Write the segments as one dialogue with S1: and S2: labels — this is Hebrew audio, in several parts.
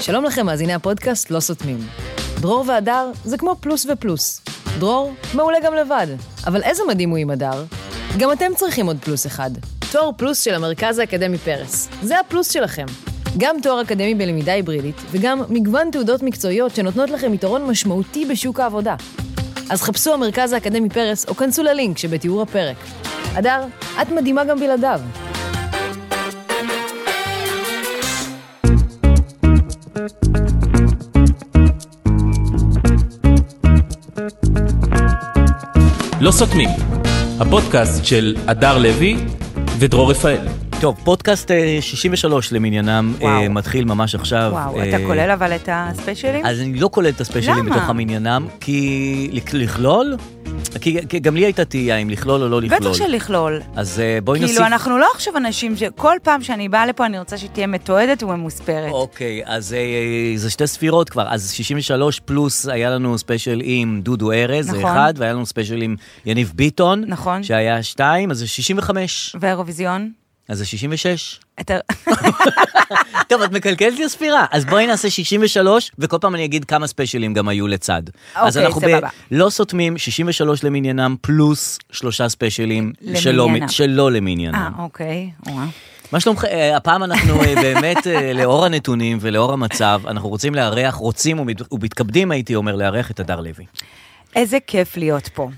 S1: שלום לכם, מאזיני הפודקאסט לא סותמים. דרור והדר זה כמו פלוס ופלוס. דרור מעולה גם לבד, אבל איזה מדהים הוא עם הדר. גם אתם צריכים עוד פלוס אחד. תואר פלוס של המרכז האקדמי פרס. זה הפלוס שלכם. גם תואר אקדמי בלמידה היברידית, וגם מגוון תעודות מקצועיות שנותנות לכם יתרון משמעותי בשוק העבודה. אז חפשו המרכז האקדמי פרס, או כנסו ללינק שבתיאור הפרק. הדר, את מדהימה גם בלעדיו.
S2: לא סותמים, הפודקאסט של הדר לוי ודרור רפאל.
S3: טוב, פודקאסט אה, 63 למניינם
S4: וואו.
S3: אה, מתחיל ממש עכשיו.
S4: וואו,
S3: אה,
S4: אתה כולל אבל את הספיישלים?
S3: אז אני לא כולל את הספיישלים
S4: למה?
S3: בתוך המניינם, כי לכ- לכלול? כי כי גם לי הייתה תהייה אם לכלול או לא לכלול.
S4: בטח שלכלול.
S3: אז אה, בואי נוסיף.
S4: כאילו, אנחנו לא עכשיו אנשים ש... כל פעם שאני באה לפה, אני רוצה שהיא תהיה מתועדת וממוספרת.
S3: אוקיי, אז אה, זה שתי ספירות כבר. אז 63 פלוס היה לנו ספיישל עם דודו ארז, זה
S4: נכון.
S3: אחד, והיה לנו ספיישל עם יניב ביטון,
S4: נכון.
S3: שהיה שתיים, אז זה 65,
S4: והאירוויזיון?
S3: אז זה 66.
S4: אתה...
S3: טוב, את מקלקלת לי הספירה. אז בואי נעשה 63, וכל פעם אני אגיד כמה ספיישלים גם היו לצד. אז
S4: אוקיי,
S3: אנחנו
S4: סבבה.
S3: לא סותמים, 63 למניינם, פלוס שלושה ספיישלים שלא,
S4: למניינם.
S3: שלא
S4: אה,
S3: למניינם.
S4: אוקיי, וואו.
S3: מה שלומך, אה, הפעם אנחנו אה, באמת, אה, לאור הנתונים ולאור המצב, אנחנו רוצים לארח, רוצים ומת- ומתכבדים, הייתי אומר, לארח את הדר לוי.
S4: איזה כיף להיות פה.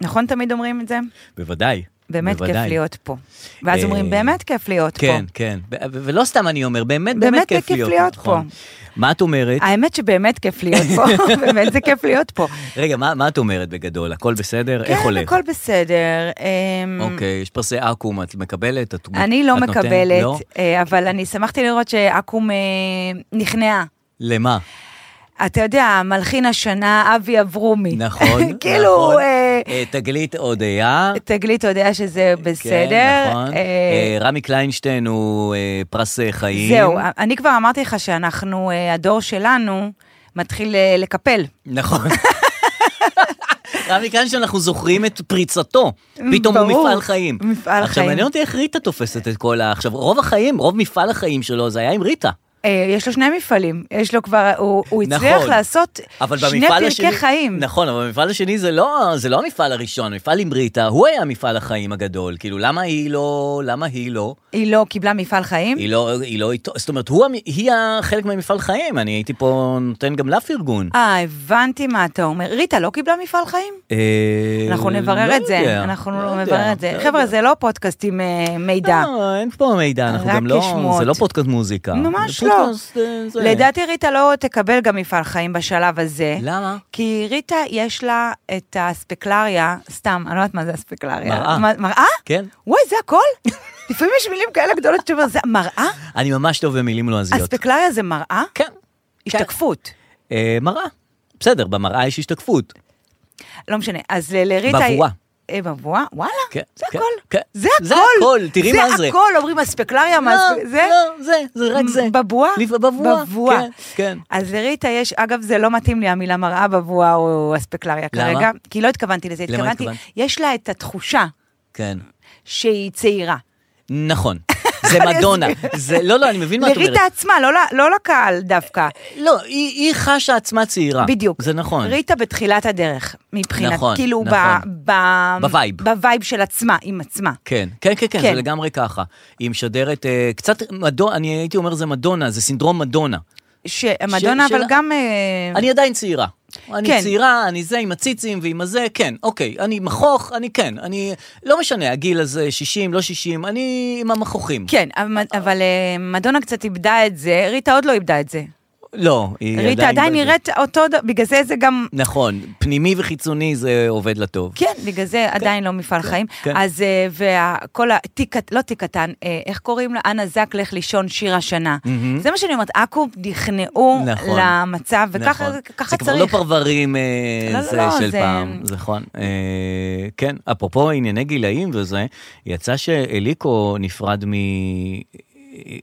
S4: נכון תמיד אומרים את זה?
S3: בוודאי.
S4: באמת כיף
S3: בוודאי.
S4: להיות פה. ואז אומרים,
S3: אה,
S4: באמת כיף להיות פה.
S3: כן, כן. ו- ולא סתם אני אומר, באמת,
S4: באמת
S3: באמת כיף
S4: כיף
S3: להיות
S4: להיות
S3: נכון.
S4: פה. אה,
S3: מה את אומרת?
S4: האמת שבאמת כיף להיות פה, באמת זה כיף להיות פה.
S3: רגע, מה מה את אומרת בגדול? הכל בסדר? איך
S4: כן,
S3: הולך?
S4: הכל בסדר. אמ,
S3: אוקיי, יש פרסי אקו"ם, את מקבלת? את,
S4: אני לא
S3: את נותנת?
S4: מקבלת,
S3: לא?
S4: אה, אבל אני שמחתי לראות שעכו"ם אה, נכנעה.
S3: למה?
S4: אתה יודע, מלחין השנה, אבי אברומי.
S3: נכון,
S4: כאילו,
S3: נכון.
S4: אה,
S3: אה, תגלית אודיה.
S4: תגלית יודע שזה בסדר.
S3: כן, נכון.
S4: אה,
S3: אה, רמי קליינשטיין הוא אה, פרס אה, חיים.
S4: זהו, אני כבר אמרתי לך שאנחנו, אה, הדור שלנו מתחיל אה, לקפל.
S3: נכון. רמי קליינשטיין, אנחנו זוכרים את פריצתו. פתאום הוא
S4: אמ, ברור,
S3: מפעל חיים.
S4: מפעל
S3: עכשיו,
S4: חיים.
S3: מעניין אותי איך ריטה תופסת את כל ה... עכשיו, רוב החיים, רוב מפעל החיים שלו, זה היה עם ריטה.
S4: אה, יש לו שני מפעלים, יש לו כבר, הוא הוא הצליח
S3: נכון.
S4: לעשות
S3: אבל
S4: שני
S3: במפעל השני,
S4: פרקי חיים.
S3: נכון, אבל במפעל השני זה לא, זה לא המפעל הראשון, המפעל עם ריטה, הוא היה מפעל החיים הגדול. כאילו, למה היא לא, למה היא לא?
S4: היא לא קיבלה מפעל חיים?
S3: היא לא, היא לא איתו, זאת אומרת, הוא, המ- היא ה- חלק מהמפעל חיים, אני הייתי פה נותן גם לה פרגון.
S4: אה, הבנתי מה אתה אומר. ריטה לא קיבלה מפעל חיים?
S3: אה,
S4: אנחנו
S3: לא
S4: נברר את זה,
S3: יודע,
S4: אנחנו
S3: לא יודע,
S4: נברר את זה.
S3: לא
S4: חבר'ה,
S3: יודע.
S4: זה לא פודקאסט עם אה, מידע.
S3: לא, אין פה מידע, אנחנו
S4: רק
S3: גם לא,
S4: שמועות.
S3: זה לא פודקאסט מוזיקה.
S4: ממש
S3: זה
S4: לא.
S3: פודקאסט, אה, זה-
S4: לדעתי ריטה לא תקבל גם מפעל חיים בשלב הזה.
S3: למה?
S4: כי ריטה יש לה את האספקלריה, סתם, אני לא יודעת מה זה אספקלריה.
S3: מראה.
S4: מה- מראה?
S3: כן.
S4: וואי, זה הכל? לפעמים יש מילים כאלה גדולות שאתה אומר, זה מראה?
S3: אני ממש טוב במילים לועזיות.
S4: אספקלריה זה מראה?
S3: כן.
S4: השתקפות.
S3: אה, מראה. בסדר, במראה יש השתקפות.
S4: לא משנה. אז ל- לריטה...
S3: בבואה.
S4: אה, בבואה? וואלה,
S3: כן,
S4: זה
S3: כן,
S4: הכל.
S3: כן.
S4: זה הכל.
S3: זה הכל, תראי מה זה.
S4: זה הכל, אומרים אספקלריה, מה אספק- זה...
S3: לא, זה, זה רק זה.
S4: בבואה?
S3: לפ- בבואה. כן, כן.
S4: אז לריטה יש, אגב, זה לא מתאים לי המילה מראה בבואה או אספקלריה
S3: למה?
S4: כרגע, כי לא התכוונתי לזה,
S3: למה
S4: התכוונתי,
S3: התכוונת?
S4: יש לה את התחושה
S3: כן.
S4: שהיא צעירה.
S3: נכון. זה מדונה. זה, לא, לא, אני מבין מה את אומרת.
S4: לריטה עצמה, לא ל- לא לקהל דווקא.
S3: לא, היא, היא חשה עצמה צעירה.
S4: בדיוק.
S3: זה נכון.
S4: ריטה בתחילת הדרך, מבחינת,
S3: נכון,
S4: כאילו, ב-
S3: נכון.
S4: ב-
S3: בווייב.
S4: בווייב של עצמה, עם עצמה.
S3: כן, כן, כן, כן,
S4: כן.
S3: זה לגמרי ככה. היא משדרת אה, קצת, מדונה, אני הייתי אומר זה מדונה, זה סינדרום מדונה.
S4: שמדונה,
S3: של-
S4: אבל גם... אה,
S3: אני עדיין צעירה. אני
S4: כן.
S3: צעירה, אני זה עם הציצים ועם הזה, כן, אוקיי. אני מכוך, אני כן. אני, לא משנה, הגיל הזה 60, לא 60, אני עם המכוכים.
S4: כן, אבל- אבל אה, מדונה קצת איבדה את זה, ריטה עוד לא איבדה את זה.
S3: לא, היא עדיין...
S4: ריטה עדיין
S3: בזה.
S4: נראית אותו, ד- בגלל זה זה גם...
S3: נכון, פנימי וחיצוני זה עובד לטוב.
S4: כן, בגלל זה עדיין לא מפעל חיים.
S3: כן.
S4: אז אה, וכל התיק, קט- לא תיק קטן, אה, איך קוראים לה? אנה זק, לך לישון, שיר השנה. זה מה שאני אומרת, עכו נכנעו
S3: נכון.
S4: למצב, וככה
S3: נכון.
S4: זה- ככה
S3: זה כבר לא
S4: צריך.
S3: פרברים אה,
S4: לא,
S3: זה
S4: לא,
S3: של
S4: זה-
S3: פעם, זה נכון. אה, כן, אפרופו ענייני גילאים וזה, יצא שאליקו נפרד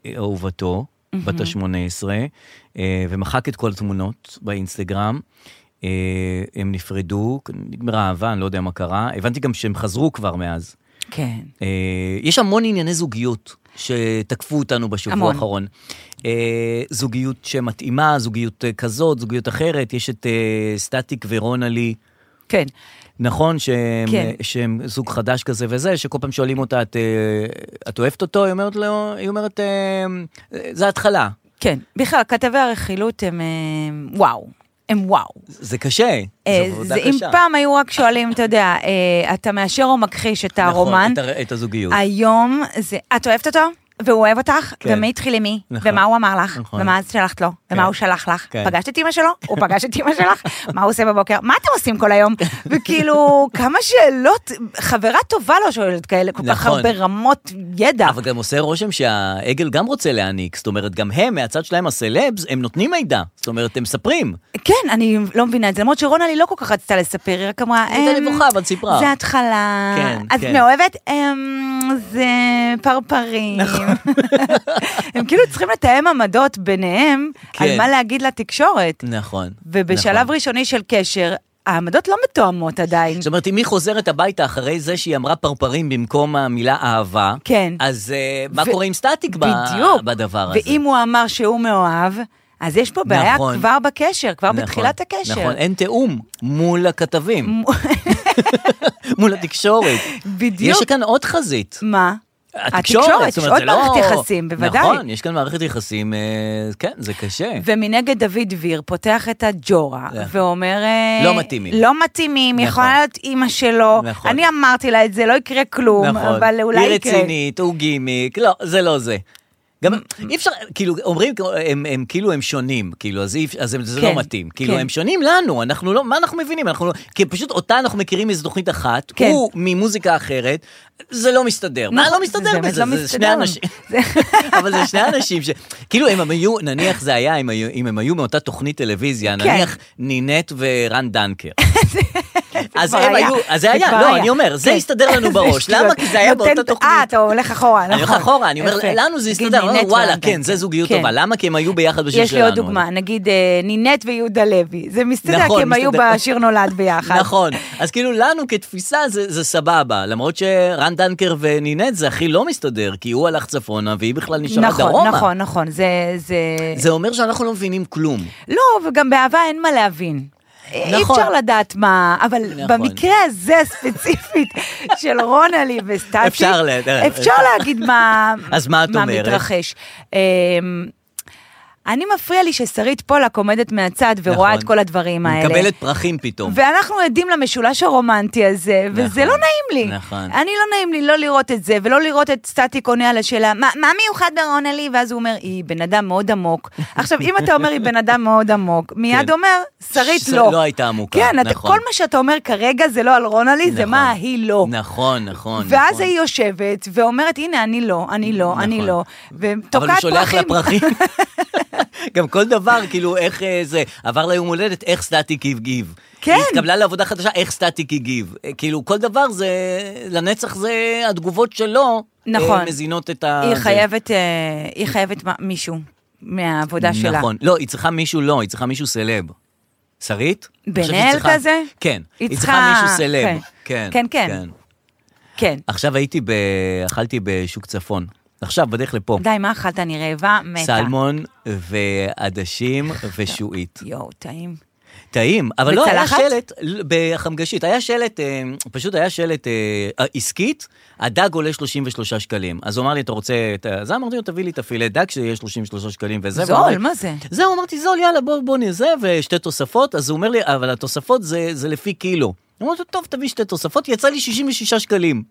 S3: מאהובתו, בת ה-18, אה, ומחק את כל התמונות באינסטגרם. אה, הם נפרדו, נגמרה האהבה, אני לא יודע מה קרה. הבנתי גם שהם חזרו כבר מאז.
S4: כן.
S3: אה, יש המון ענייני זוגיות. שתקפו אותנו בשבוע
S4: המון.
S3: האחרון. אה, זוגיות שמתאימה, זוגיות אה, כזאת, זוגיות אחרת, יש את אה, סטטיק ורונה לי.
S4: כן.
S3: נכון שהם,
S4: כן.
S3: כן. שהם זוג חדש כזה וזה, שכל פעם שואלים אותה, את, אה, את אוהבת אותו? היא אומרת לו, היא אומרת, אה, זה התחלה,
S4: כן, בכלל, כתבי הרכילות הם אה, וואו, הם וואו.
S3: זה קשה,
S4: אה,
S3: זו עבודה
S4: זה, אם
S3: קשה.
S4: פעם היו רק שואלים, אתה יודע, אה, אתה מאשר או מכחיש את
S3: נכון,
S4: הרומן,
S3: את, הר- את הזוגיות.
S4: היום זה, את אוהבת אותו? והוא אוהב אותך,
S3: כן.
S4: ומי התחיל עם מי,
S3: נכון.
S4: ומה הוא אמר לך,
S3: נכון.
S4: ומה את שלחת לו, ומה
S3: כן.
S4: הוא שלח לך,
S3: כן.
S4: פגשת את אימא שלו, הוא פגש את אימא שלך, מה הוא עושה בבוקר, מה אתם עושים כל היום, וכאילו, כמה שאלות, חברה טובה לא שואלת כאלה, כל כך
S3: נכון.
S4: הרבה רמות ידע.
S3: אבל גם עושה רושם שהעגל גם רוצה להעניק, זאת אומרת, גם הם, מהצד שלהם, הסלבס, הם נותנים מידע, זאת אומרת, הם מספרים.
S4: כן, אני לא מבינה את זה, למרות שרונה לי לא כל כך רצתה לספר, היא רק אמרה,
S3: היא הייתה
S4: "אמ,
S3: נבוכה, אבל סיפרה."
S4: זה התחלה,
S3: כן,
S4: את
S3: כן.
S4: מאוהבת? "אמ, זה פרפרים.
S3: נכון.
S4: הם כאילו צריכים לתאם עמדות ביניהם, על
S3: כן.
S4: מה להגיד לתקשורת.
S3: נכון.
S4: ובשלב
S3: נכון.
S4: ראשוני של קשר, העמדות לא מתואמות עדיין.
S3: זאת אומרת, אם היא חוזרת הביתה אחרי זה שהיא אמרה פרפרים במקום המילה אהבה,
S4: כן.
S3: אז אה, מה
S4: ו-
S3: קורה עם סטטיק ב-
S4: בדיוק.
S3: בדבר הזה?
S4: ואם הוא אמר שהוא מאוהב, אז יש פה בעיה
S3: נכון.
S4: כבר בקשר, כבר
S3: נכון,
S4: בתחילת הקשר.
S3: נכון, אין תיאום מול הכתבים, מול התקשורת.
S4: בדיוק.
S3: יש כאן עוד חזית.
S4: מה?
S3: זאת אומרת,
S4: עוד
S3: זה לא-
S4: מערכת יחסים, בוודאי.
S3: נכון, יש כאן מערכת יחסים, אה, כן, זה קשה.
S4: ומנגד דוד דביר פותח את הג'ורה
S3: נכון.
S4: ואומר... אה,
S3: לא מתאימים.
S4: לא מתאימים,
S3: נכון.
S4: יכולה להיות אימא שלו.
S3: נכון.
S4: אני אמרתי לה את זה, לא יקרה כלום,
S3: נכון.
S4: אבל אולי כן.
S3: היא
S4: יקרה.
S3: רצינית, הוא גימיק, לא, זה לא זה. גם אי אפשר, כאילו, אומרים, הם, הם כאילו הם שונים, כאילו, אז, אי, אפ- אז הם, זה
S4: כן,
S3: לא מתאים. כאילו,
S4: כן.
S3: הם שונים לנו, אנחנו לא, מה אנחנו מבינים? אנחנו לא, כי פשוט אותה אנחנו מכירים מאיזו תוכנית אחת,
S4: כן.
S3: הוא ממוזיקה אחרת, זה לא מסתדר. מה
S4: נכון,
S3: לא
S4: זה
S3: מסתדר
S4: באמת
S3: בזה?
S4: לא
S3: זה שני
S4: מסתדר.
S3: אנשים.
S4: זה-
S3: אבל זה שני אנשים ש... כאילו, אם הם היו, נניח זה היה, אם, היו, אם הם היו מאותה תוכנית טלוויזיה,
S4: כן.
S3: נניח נינט ורן דנקר. אז
S4: כבר
S3: הם היו, אז זה היה,
S4: כבר
S3: לא,
S4: היה.
S3: אני אומר, זה
S4: כן.
S3: הסתדר לנו
S4: זה
S3: בראש. למה?
S4: שטויות.
S3: כי זה היה
S4: נותן-
S3: באותה תוכנית.
S4: אה, אתה הולך אחורה, נכון.
S3: אני הולך אחורה, אני אומר,
S4: יפה.
S3: לנו זה הסתדר,
S4: נגיד
S3: אני אומר,
S4: נינט
S3: וואלה,
S4: ואנדרסן.
S3: כן, זה זוגיות
S4: כן.
S3: טובה. למה? כי הם היו ביחד בשיר שלנו.
S4: יש לי עוד דוגמה, נגיד אה, נינט ויהודה לוי, זה מסתדר,
S3: נכון,
S4: כי הם היו
S3: מסתדר.
S4: בשיר נולד ביחד.
S3: נכון, אז כאילו לנו כתפיסה זה, זה סבבה, למרות שרן דנקר ונינט זה הכי לא מסתדר, כי הוא הלך צפונה והיא בכלל נשארה
S4: נכון,
S3: דרומה.
S4: נכון, נכון, זה... זה-
S3: זה אומר שאנחנו לא מבינים כלום.
S4: לא, וגם באהבה אין מה להבין. אי
S3: נכון.
S4: אפשר לדעת מה, אבל
S3: נכון.
S4: במקרה הזה ספציפית של רונלי וסטטי,
S3: אפשר ל-
S4: אפשר להגיד מה,
S3: אז מה את
S4: מה
S3: אומרת?
S4: מתרחש. אמ, אני מפריע לי ששרית פולק עומדת מהצד ורואה
S3: נכון.
S4: את כל הדברים האלה.
S3: מקבלת פרחים פתאום.
S4: ואנחנו עדים למשולש הרומנטי הזה, וזה
S3: נכון,
S4: לא נעים לי.
S3: נכון.
S4: אני לא נעים לי לא לראות את זה, ולא לראות את סטטיק עונה על השאלה, מה, מה מיוחד ברונלי? ואז הוא אומר, היא בן אדם מאוד עמוק. עכשיו, אם אתה אומר, היא בן אדם מאוד עמוק, מיד
S3: כן.
S4: אומר, שרית
S3: ש-
S4: לא.
S3: לא הייתה עמוקה,
S4: כן, אתה,
S3: נכון.
S4: כל מה שאתה אומר כרגע זה לא על רונלי, זה
S3: נכון.
S4: מה היא לא.
S3: נכון, נכון.
S4: ואז
S3: נכון.
S4: היא יושבת ואומרת, הנה, אני לא, אני לא, אני
S3: נכון.
S4: לא,
S3: אבל הוא
S4: ותוקעת
S3: שולח לה
S4: פרחים.
S3: פרחים. גם כל דבר, כאילו, איך אה, זה, עבר לה יום הולדת, איך סטטיק הגיב.
S4: כן.
S3: היא התקבלה לעבודה חדשה, איך סטטיק הגיב. אה, כאילו, כל דבר זה, לנצח זה התגובות שלו, אה,
S4: נכון.
S3: מזינות את ה...
S4: היא
S3: זה.
S4: חייבת, אה, היא חייבת מה- מישהו מהעבודה שלה.
S3: נכון. לא, היא צריכה מישהו, לא, היא צריכה מישהו סלב. שרית? אני חושב שהיא
S4: בן אל
S3: צריכה-
S4: כזה?
S3: כן.
S4: היא
S3: היא
S4: צריכה-
S3: צריכה מישהו סלב.
S4: כן.
S3: כן.
S4: כן, כן. כן.
S3: עכשיו הייתי ב... אכלתי בשוק צפון. עכשיו, בדרך לפה.
S4: די, מה אכלת? אני רעבה, מתה.
S3: סלמון ועדשים ושועית.
S4: יואו, טעים.
S3: טעים, אבל לא, היה
S4: בצלחת?
S3: שלט ל- בחמגשית, היה שלט, אה, פשוט היה שלט אה, אה, עסקית, הדג עולה 33 שקלים. אז הוא אמר לי, אתה רוצה את ה... זה אמרתי לו, תביא לי את הפילה דג שיהיה 33 שקלים וזה. והוא אמר
S4: זול,
S3: לי,
S4: מה זה?
S3: זהו, אמרתי, זול, יאללה, בוא, בוא נזה, ושתי תוספות. אז הוא אומר לי, אבל התוספות זה, זה לפי קילו. אמרתי לו, טוב, תביא שתי תוספות, יצא לי 66 שקלים.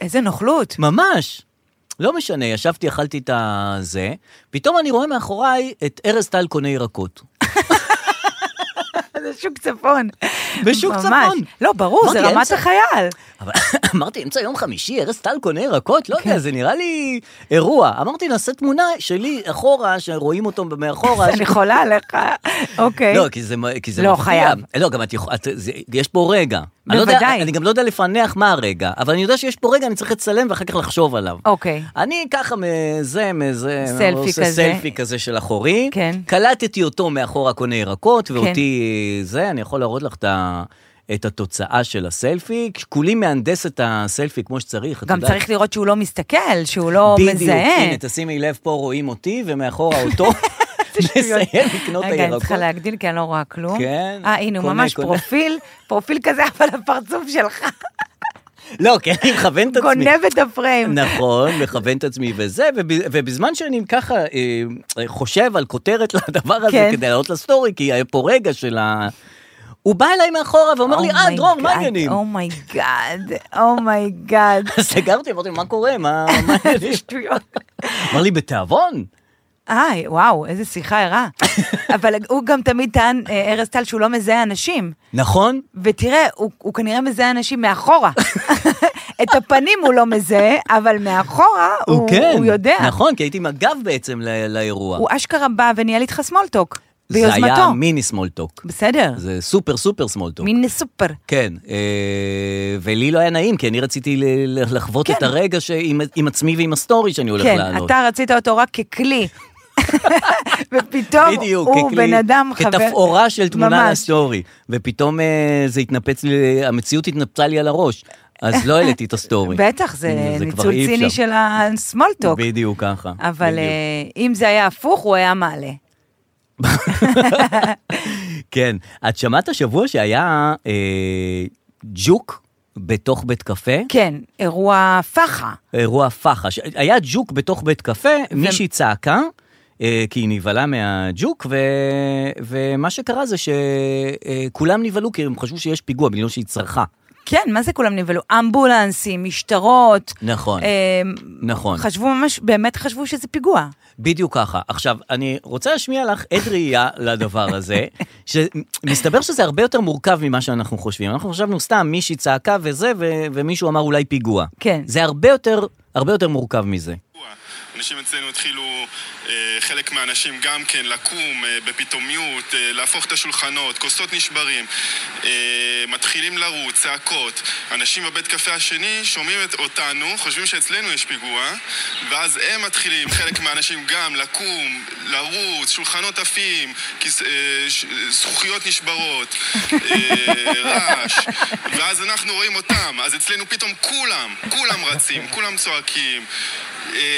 S4: איזה נוכלות.
S3: ממש. לא משנה, ישבתי, אכלתי את הזה, פתאום אני רואה מאחוריי את ארז טל קונה ירקות.
S4: זה שוק צפון.
S3: בשוק
S4: ממש.
S3: צפון.
S4: לא, ברור,
S3: אמרתי, אה,
S4: זה רמת
S3: אמצע-
S4: החייל.
S3: אבל אמרתי, אמצע יום חמישי, ארז טל קונה ירקות? לא
S4: כן.
S3: יודע, זה נראה לי אירוע. אמרתי, נעשה תמונה שלי אחורה, שרואים אותו מאחורה.
S4: אני חולה עליך. אוקיי.
S3: לא, כי זה מ- כי זה
S4: לא,
S3: מפריע.
S4: חייב.
S3: לא, גם את יכולה, יש פה רגע. אני לא יודע-
S4: בוודאי.
S3: אני גם לא יודע לפענח מה הרגע, אבל אני יודע שיש פה רגע, אני צריך לצלם ואחר כך לחשוב עליו.
S4: אוקיי.
S3: אני ככה מזה, מזה,
S4: סלפי
S3: עושה
S4: כזה.
S3: סלפי כזה של אחורי.
S4: כן.
S3: קלטתי אותו מאחורה קונה ירקות, ואותי זה, אני יכול להראות לך את ה... את התוצאה של הסלפי. כולי מהנדס את הסלפי כמו שצריך, את
S4: גם
S3: יודעת.
S4: צריך לראות שהוא לא מסתכל, שהוא לא
S3: בדיוק,
S4: מזהה.
S3: הנה, תשימי לב, פה רואים אותי, ומאחורה אותו. מסיים לקנות
S4: רגע, אני
S3: הירקות.
S4: צריכה להגדיל, כי אני לא רואה כלום.
S3: כן,
S4: אה, הנה, הוא
S3: קונה,
S4: ממש
S3: קונה.
S4: פרופיל, פרופיל כזה, אבל הפרצוף שלך
S3: לא, כי אני מכוון את עצמי.
S4: גונב את הפריים.
S3: נכון, מכוון את עצמי וזה, וב, ובזמן שאני ככה אה, אה, חושב על כותרת לדבר הזה
S4: כן.
S3: כדי לעלות לסטורי, כי היה פה רגע של ה... הוא בא אליי מאחורה ואומר
S4: Oh
S3: לי, אה, דרור, מה העניינים?
S4: אומייגאד, אומייגאד.
S3: אז סגרתי, אמרתי, מה קורה? מה מה העניינים?
S4: שטויות.
S3: אמר לי, בתיאבון?
S4: אה, וואו, איזה שיחה ערה. אבל הוא גם תמיד טען, אה, ארז טל, שהוא לא מזהה אנשים.
S3: נכון,
S4: ותראה, הוא, הוא כנראה מזהה אנשים מאחורה. את הפנים הוא לא מזהה, אבל מאחורה הוא,
S3: הוא כן.
S4: הוא יודע.
S3: נכון, כי הייתי עם הגב בעצם ל- לאירוע.
S4: הוא אשכרה בא וניהל איתך סמולטוק, ביוזמתו.
S3: זה היה מיני סמולטוק.
S4: בסדר,
S3: זה סופר סופר סמולטוק.
S4: מין סופר.
S3: כן, אה, ולי לא היה נעים, כי אני רציתי ל- ל- לחוות את הרגע שעם, עם עצמי ועם הסטורי שאני הולך
S4: כן,
S3: לעלות.
S4: אתה רצית אותו רק ככלי. ופתאום
S3: בדיוק,
S4: הוא
S3: ככלי-
S4: בן אדם חבר.
S3: כתפאורה של תמונה
S4: ממש.
S3: לסטורי. ופתאום אה, זה התנפץ לי, המציאות התנפצה לי על הראש. אז לא העליתי את הסטורי.
S4: בטח, זה
S3: כבר
S4: ניצול
S3: אי אפשר.
S4: ציני של הסמולטוק.
S3: בדיוק ככה.
S4: אבל
S3: בדיוק.
S4: אה, אם זה היה הפוך, הוא היה מעלה. אה,
S3: כן. את שמעת השבוע שהיה אה, ג'וק בתוך בית קפה?
S4: כן, אירוע פח"ע.
S3: אירוע פח"ש. היה ג'וק בתוך בית קפה, מישהי צעקה, אה, כי היא נבהלה מהג'וק, ו... ומה שקרה זה שכולם נבהלו כי הם חשבו שיש פיגוע, בגלל שהיא צרחה.
S4: כן, מה זה כולם נבהלו? אמבולנסים, משטרות.
S3: נכון,
S4: אה,
S3: נכון.
S4: חשבו ממש, באמת חשבו שזה פיגוע.
S3: בדיוק ככה. עכשיו, אני רוצה להשמיע לך עד ראייה לדבר הזה, שמסתבר שזה הרבה יותר מורכב ממה שאנחנו חושבים. אנחנו חשבנו סתם, מישהי צעקה וזה, ו... ומישהו אמר אולי פיגוע.
S4: כן.
S3: זה הרבה יותר, הרבה יותר מורכב מזה.
S5: אנשים אצלנו התחילו, אה, חלק מהאנשים גם כן, לקום אה, בפתאומיות, אה, להפוך את השולחנות, כוסות נשברים, אה, מתחילים לרוץ, צעקות. אנשים בבית קפה השני שומעים את אותנו, חושבים שאצלנו יש פיגוע, ואז הם מתחילים, חלק מהאנשים גם, לקום, לרוץ, שולחנות עפים, כיס- אה, ש- אה, זכוכיות נשברות, אה, רעש, ואז אנחנו רואים אותם, אז אצלנו פתאום כולם, כולם רצים, כולם צועקים.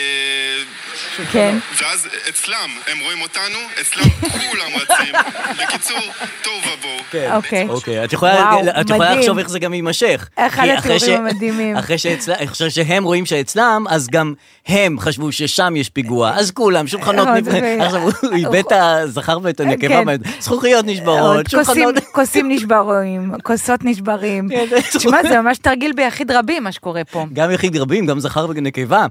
S5: אה,
S4: כן.
S5: ואז אצלם, הם רואים אותנו, אצלם כולם רצים. בקיצור, תוהו ובוהו.
S4: אוקיי.
S3: אוקיי, את יכולה,
S4: וואו,
S3: את יכולה
S4: מדהים.
S3: לחשוב איך זה גם יימשך.
S4: אחד
S3: כי אחרי
S4: התיאורים המדהימים.
S3: אחרי שאצל- אחרי שהם רואים שאצלם, אז גם הם חשבו ששם יש פיגוע, אז כולם, שולחנות,
S4: אה,
S3: נפ-
S4: זה-
S3: עכשיו הוא איבד את הזכר ואת הנקבה,
S4: כן.
S3: ואת- זכוכיות נשברות,
S4: כוסים-
S3: שולחנות,
S4: כוסים נשברים, כוסות נשברים. תשמע, זה ממש תרגיל ביחיד רבים, מה שקורה פה.
S3: גם יחיד רבים, גם זכר ונקבה.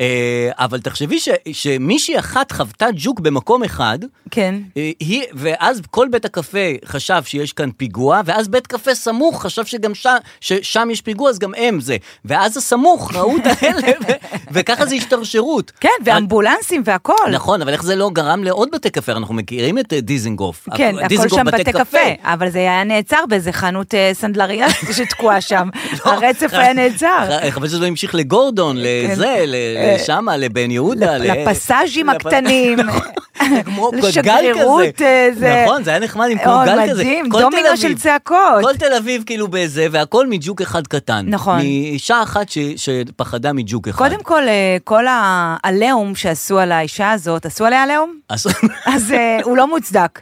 S3: אה, אבל תחשבי ש- שמישהי אחת חוותה ג'וק במקום אחד,
S4: כן.
S3: אה, היא, ואז כל בית הקפה חשב שיש כאן פיגוע, ואז בית קפה סמוך חשב שגם שם, ששם יש פיגוע, אז גם הם זה. ואז הסמוך ראו את האלה, ו- וככה זה השתרשרות.
S4: כן, ואמבולנסים והכול.
S3: נכון, אבל איך זה לא גרם לעוד בתי קפה? אנחנו מכירים את אה, דיזינגוף.
S4: כן,
S3: הכ-
S4: הכל
S3: דיזינגוף
S4: שם בתי קפה, אבל זה היה נעצר באיזה חנות אה, סנדלריה שתקועה שם.
S3: לא,
S4: הרצף
S3: ח-
S4: היה נעצר. כן. אה,
S3: ח- חבל שזה המשיך לגורדון, לזה, ל- לשמה, לבן יהודה. ל-
S4: לפסאז'ים
S3: לפ- נכון,
S4: הקטנים.
S3: כמו גל כזה.
S4: לשגרירות אה, זה.
S3: נכון, זה היה נחמד עם כמו
S4: אוי,
S3: גל כזה.
S4: מדהים,
S3: כל
S4: דומינו
S3: תל אביב-
S4: של צעקות.
S3: כל תל אביב כאילו בזה, והכל מג'וק אחד קטן.
S4: נכון.
S3: מאישה אחת ש- שפחדה מג'וק אחד.
S4: קודם כל, אה, כל העליהום שעשו על האישה הזאת, עשו עליה עליהום?
S3: אז-
S4: אז אה, הוא לא מוצדק.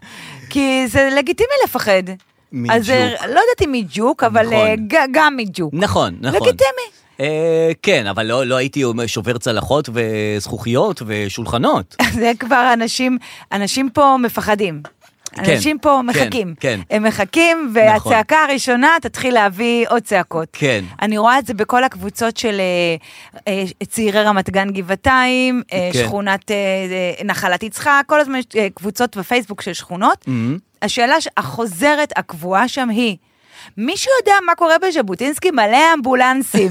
S4: כי זה לגיטימי לפחד.
S3: מג'וק.
S4: אז אה, לא יודעת אם מג'וק, אבל אה,
S3: נכון.
S4: ג- גם מג'וק.
S3: נכון, נכון.
S4: לגיטימי.
S3: אה, כן, אבל לא לא הייתי שובר צלחות וזכוכיות ושולחנות.
S4: זה כבר אנשים, אנשים פה מפחדים.
S3: כן,
S4: אנשים פה
S3: כן,
S4: מחכים.
S3: כן.
S4: הם מחכים,
S3: נכון.
S4: והצעקה הראשונה תתחיל להביא עוד צעקות.
S3: כן.
S4: אני רואה את זה בכל הקבוצות של אה, אה, צעירי רמת גן גבעתיים, אה,
S3: כן.
S4: שכונת אה, אה, נחלת יצחק, כל הזמן יש אה, קבוצות בפייסבוק של שכונות.
S3: Mm-hmm.
S4: השאלה ש- החוזרת, הקבועה שם היא, מישהו יודע מה קורה בז'בוטינסקי? מלא אמבולנסים.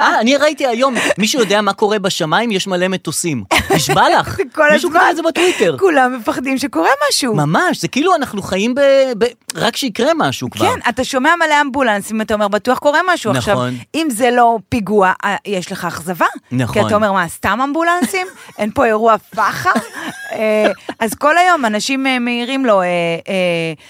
S3: אה, אני ראיתי היום, מישהו יודע מה קורה בשמיים? יש מלא מטוסים. נשבע לך.
S4: זה כל
S3: מישהו
S4: הזמן.
S3: קרא את זה בטוויטר.
S4: כולם מפחדים שקורה משהו.
S3: ממש, זה כאילו אנחנו חיים ב... ב... רק שיקרה משהו כבר.
S4: כן, אתה שומע מלא אמבולנסים, אתה אומר, בטוח קורה משהו
S3: נכון.
S4: עכשיו. אם זה לא פיגוע, אה, יש לך אכזבה.
S3: נכון.
S4: כי אתה אומר, מה, סתם אמבולנסים? אין פה אירוע פח"ע? אה, אה, אז כל היום אנשים אה, מעירים לו, אה, אה,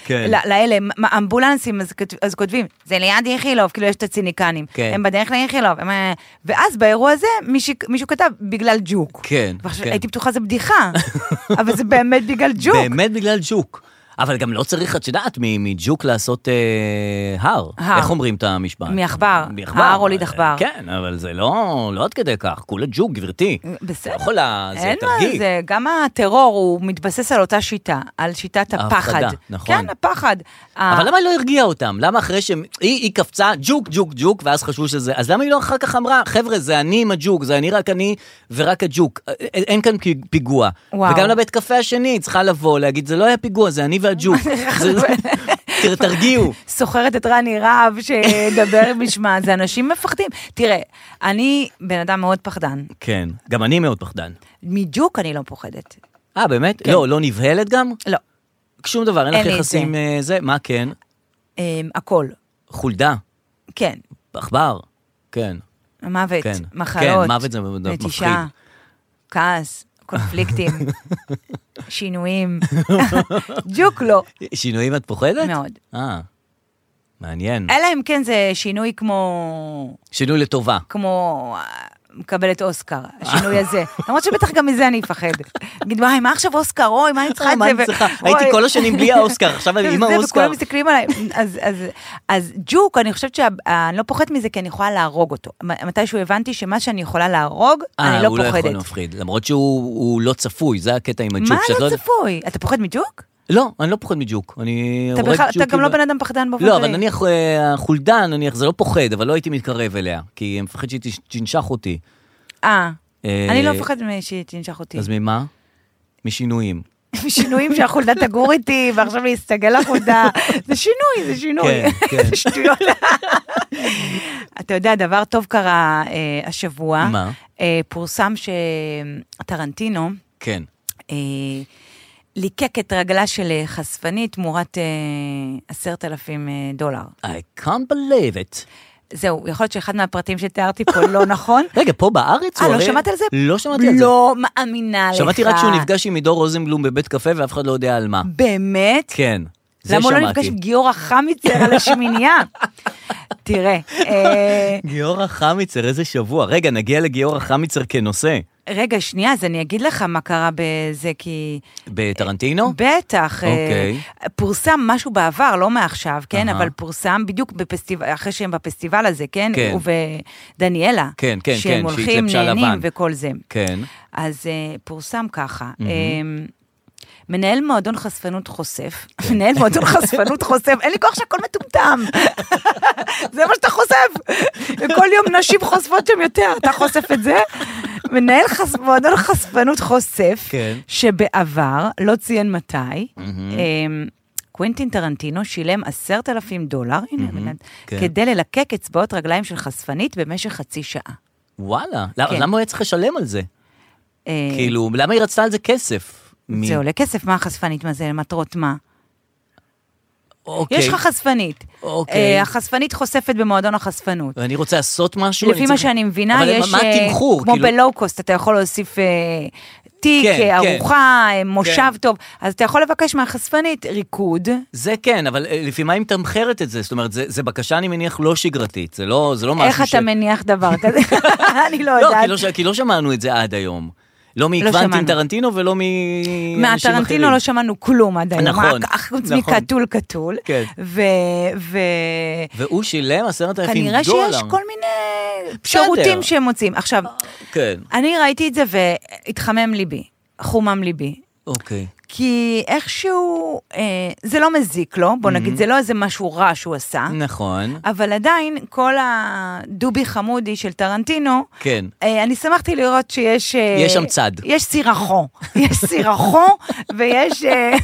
S3: כן.
S4: ל- לאלה, מ- אמבולנסים, אז כת- אז כותבים, זה ליד איכילוב, כאילו יש את הציניקנים.
S3: כן.
S4: הם בדרך לאיכילוב. הם, אה, ואז באירוע הזה מישהו מישהו כתב, בגלל ג'וק.
S3: כן,
S4: ועכשיו,
S3: כן.
S4: הייתי בטוחה, זה בדיחה. אבל זה באמת בגלל ג'וק.
S3: באמת בגלל ג'וק. אבל גם לא צריך, את יודעת, מ- מג'וק לעשות אה, הר.
S4: הר.
S3: איך אומרים את המשפט?
S4: מעכבר.
S3: מעכבר.
S4: ההר הוליד
S3: אה,
S4: עכבר.
S3: כן, אבל זה לא, לא עד כדי כך, כולה ג'וק, גברתי.
S4: בסדר.
S3: לא יכולה, זה
S4: אין
S3: תרגיל.
S4: מה זה, גם הטרור הוא מתבסס על אותה שיטה, על שיטת הפחד.
S3: ההפחדה, נכון.
S4: כן, הפחד.
S3: אבל למה היא לא הרגיעה אותם? למה אחרי שהם... היא, היא קפצה, ג'וק, ג'וק, ג'וק, ואז חשבו שזה... אז למה היא לא אחר כך אמרה, חבר'ה, זה אני עם הג'וק, זה אני רק אני ורק הג'וק. א- א- אין כאן פי- פיגוע.
S4: וואו.
S3: וגם לבית קפה השני היא צריכה לבוא, להגיד, זה לא היה פיגוע, זה אני והג'וק. זה לא- תר- תרגיעו.
S4: סוחרת את רני רהב שידבר בשמה, זה אנשים מפחדים. תראה, אני בן אדם מאוד פחדן.
S3: כן, גם אני מאוד פחדן.
S4: מג'וק אני לא פוחדת.
S3: אה, באמת? לא, לא נבהלת גם?
S4: לא.
S3: שום דבר, אין
S4: אין
S3: לך
S4: לי את
S3: יחסים
S4: זה.
S3: אה, זה. מה כן?
S4: אמ, הכל,
S3: חולדה,
S4: כן.
S3: עכבר. כן,
S4: מוות,
S3: כן.
S4: מחלות,
S3: כן, מוות זה מאוד
S4: נטישה,
S3: מפחיד.
S4: כעס, קונפליקטים, שינויים. ג'וק לא.
S3: שינויים את פוחדת?
S4: מאוד.
S3: אה, מעניין.
S4: אלא אם כן זה שינוי כמו...
S3: שינוי לטובה.
S4: כמו אה, מקבלת אוסקר, השינוי הזה. למרות שבטח גם מזה אני אפחד. נגיד, וואי, מה עכשיו אוסקר? אוי, מה אני צריכה את
S3: אה, מה
S4: זה?
S3: אני
S4: ו-
S3: צריכה?
S4: אוי.
S3: הייתי כל השנים בלי האוסקר, עכשיו אני עם
S4: זה,
S3: האוסקר.
S4: וכולם מסתכלים עליי. אז- אז- אז ג'וק, אני חושבת שאני לא פוחדת מזה, כי אני יכולה להרוג אותו. מ- מתישהו הבנתי שמה שאני יכולה להרוג, אני לא
S3: הוא לא יכול
S4: פוחדת.
S3: להפחיד, למרות שהוא הוא לא צפוי, זה הקטע עם הג'וק.
S4: מה
S3: שאת
S4: לא צפוי? אתה פוחד מג'וק?
S3: לא, אני לא פוחד מג'וק. אני
S4: אתה
S3: הורג
S4: בכלל- אתה
S3: ג'וקים
S4: גם לא
S3: ב-
S4: בן אדם פחדן באופן כללי.
S3: לא, אבל נניח אה, החולדן, נניח, זה לא פוחד, אבל לא הייתי מתקרב אליה, כי אני מפחד שהיא תש- תנשך אותי.
S4: אה,
S3: אה,
S4: אני לא מפחד שתנשך אותי.
S3: אז ממה? משינויים.
S4: שינויים שהחולדה תגור איתי, ועכשיו להסתגל לחולדה. זה שינוי, זה שינוי.
S3: כן, כן.
S4: זה שטויות. אתה יודע, דבר טוב קרה אה, השבוע.
S3: מה?
S4: אה, פורסם שטרנטינו
S3: כן.
S4: אה, ליקק את רגלה של אה, חשפנית תמורת אה, 10,000 אה, דולר.
S3: I can't believe it.
S4: זהו, יכול להיות שאחד מהפרטים שתיארתי פה לא נכון.
S3: רגע, פה בארץ?
S4: אה,
S3: הוא
S4: לא
S3: הרי-
S4: שמעת על זה?
S3: לא שמעתי על זה.
S4: לא מאמינה לך.
S3: שמעתי רק שהוא נפגש עם עידו רוזנבלום בבית קפה ואף אחד לא יודע על מה.
S4: באמת?
S3: כן. זה
S4: למה הוא לא
S3: שמעתי.
S4: נפגש עם גיורא חמיצר על השמינייה? תראה, אה,
S3: גיורא חמיצר, איזה שבוע. רגע, נגיע לגיורא חמיצר כנושא.
S4: רגע, שנייה, אז אני אגיד לך מה קרה בזה, כי...
S3: בטרנטינו?
S4: בטח, אה,
S3: אוקיי.
S4: פורסם משהו בעבר, לא מעכשיו, כן?
S3: אהה.
S4: אבל פורסם בדיוק בפסטיבל, אחרי שהם בפסטיבל הזה, כן?
S3: כן.
S4: הוא ודניאלה.
S3: כן, כן,
S4: שהם
S3: כן,
S4: הולכים,
S3: שהתלבשה לבן.
S4: נהנים וכל זה.
S3: כן.
S4: אז אה, פורסם ככה, אה, מנהל מועדון חשפנות חושף,
S3: כן.
S4: מנהל מועדון חשפנות חושף, אין לי כוח שהכל מטומטם, זה מה שאתה חושף, כל יום נשים חושפות שם יותר, אתה חושף את זה? מנהל חס- מועדון חשפנות חושף,
S3: כן.
S4: שבעבר, לא ציין מתי, אה, קווינטין טרנטינו שילם עשרת אלפים דולר, הנה, מנת-
S3: כן.
S4: כדי ללקק אצבעות רגליים של חשפנית במשך חצי שעה.
S3: וואלה. למה-
S4: כן.
S3: למה הוא היה צריך לשלם על זה?
S4: אה,
S3: כאילו, למה היא רצתה על זה כסף? מ-
S4: זה עולה כסף, מה החשפנית, מה זה, למטרות מה?
S3: אוקיי.
S4: יש לך חשפנית.
S3: אוקיי.
S4: אה, החשפנית חושפת במועדון החשפנות.
S3: ואני רוצה לעשות משהו?
S4: לפי
S3: אני
S4: מה
S3: צריך-
S4: שאני מבינה,
S3: אבל
S4: יש...
S3: מה
S4: אה,
S3: התמחור?
S4: כמו
S3: כאילו-
S4: בלואו-קוסט, אתה יכול להוסיף אה, תיק,
S3: כן,
S4: אה,
S3: כן.
S4: ארוחה, אה, מושב טוב. אז אתה יכול לבקש מהחשפנית ריקוד.
S3: זה כן, אבל אה, לפי מה היא מתמחרת את זה? זאת אומרת, זה זה בקשה, אני מניח, לא שגרתית. זה לא זה לא משהו
S4: איך
S3: ש-
S4: אתה מניח דבר כזה? אני לא
S3: לא, כי
S4: יודעת.
S3: לא ש- כי לא שמענו את זה עד היום. לא מקוונטין
S4: שמענו.
S3: טרנטינו ולא מאנשים אחרים.
S4: מהטרנטינו לא שמענו כלום עד היום,
S3: נכון,
S4: רק- חוץ
S3: נכון.
S4: מקטול קטול.
S3: כן.
S4: ו... ו...
S3: והוא שילם עשרת אלפים דולר.
S4: כנראה שיש כל מיני שירותים שהם מוצאים. עכשיו,
S3: כן,
S4: אני ראיתי את זה והתחמם ליבי, חומם ליבי.
S3: אוקיי.
S4: כי איכשהו, אה, זה לא מזיק לו, בוא נגיד, זה לא איזה משהו רע שהוא עשה,
S3: Mm-hmm. נכון.
S4: אבל עדיין, כל הדובי חמודי של טרנטינו,
S3: כן.
S4: אה, אני שמחתי לראות שיש... אה,
S3: יש שם צד.
S4: יש סירחו. יש סירחו, ויש... אה,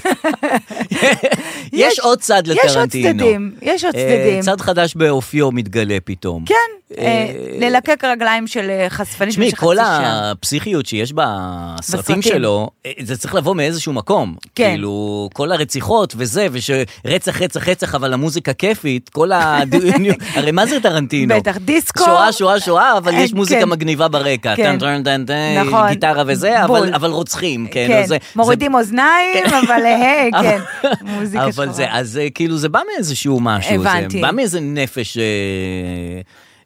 S3: יש עוד צד
S4: יש עוד
S3: לטרנטינו.
S4: צדדים, יש עוד
S3: אה,
S4: צדדים.
S3: צד חדש באופיו מתגלה פתאום.
S4: כן, אה,
S3: אה,
S4: ללקק רגליים של אה, חשפנית
S3: תשמעי,
S4: במשך חצי
S3: כל
S4: שעה.
S3: הפסיכיות שיש בסרטים
S4: בסרטים.
S3: שלו, אה, זה צריך לבוא מאיזשהו מקום.
S4: כן.
S3: כאילו, כל הרציחות וזה, ושרצח, רצח, רצח, אבל המוזיקה כיפית, כל ה... הרי מה זה טרנטינו?
S4: בטח, דיסקו.
S3: שואה, שואה, שואה, אבל יש
S4: כן.
S3: מוזיקה מגניבה ברקע.
S4: כן.
S3: טן, טן, טן, טן,
S4: נכון.
S3: גיטרה וזה, אבל-
S4: בול.
S3: אבל רוצחים, כן.
S4: כן,
S3: אז זה-
S4: מורידים אוזניים, אבל היי,
S3: אבל-
S4: כן, מוזיקה
S3: אבל זה,
S4: שחורה.
S3: אז זה כאילו, זה בא מאיזשהו משהו. זה
S4: הבנתי.
S3: בא מאיזה נפש אה,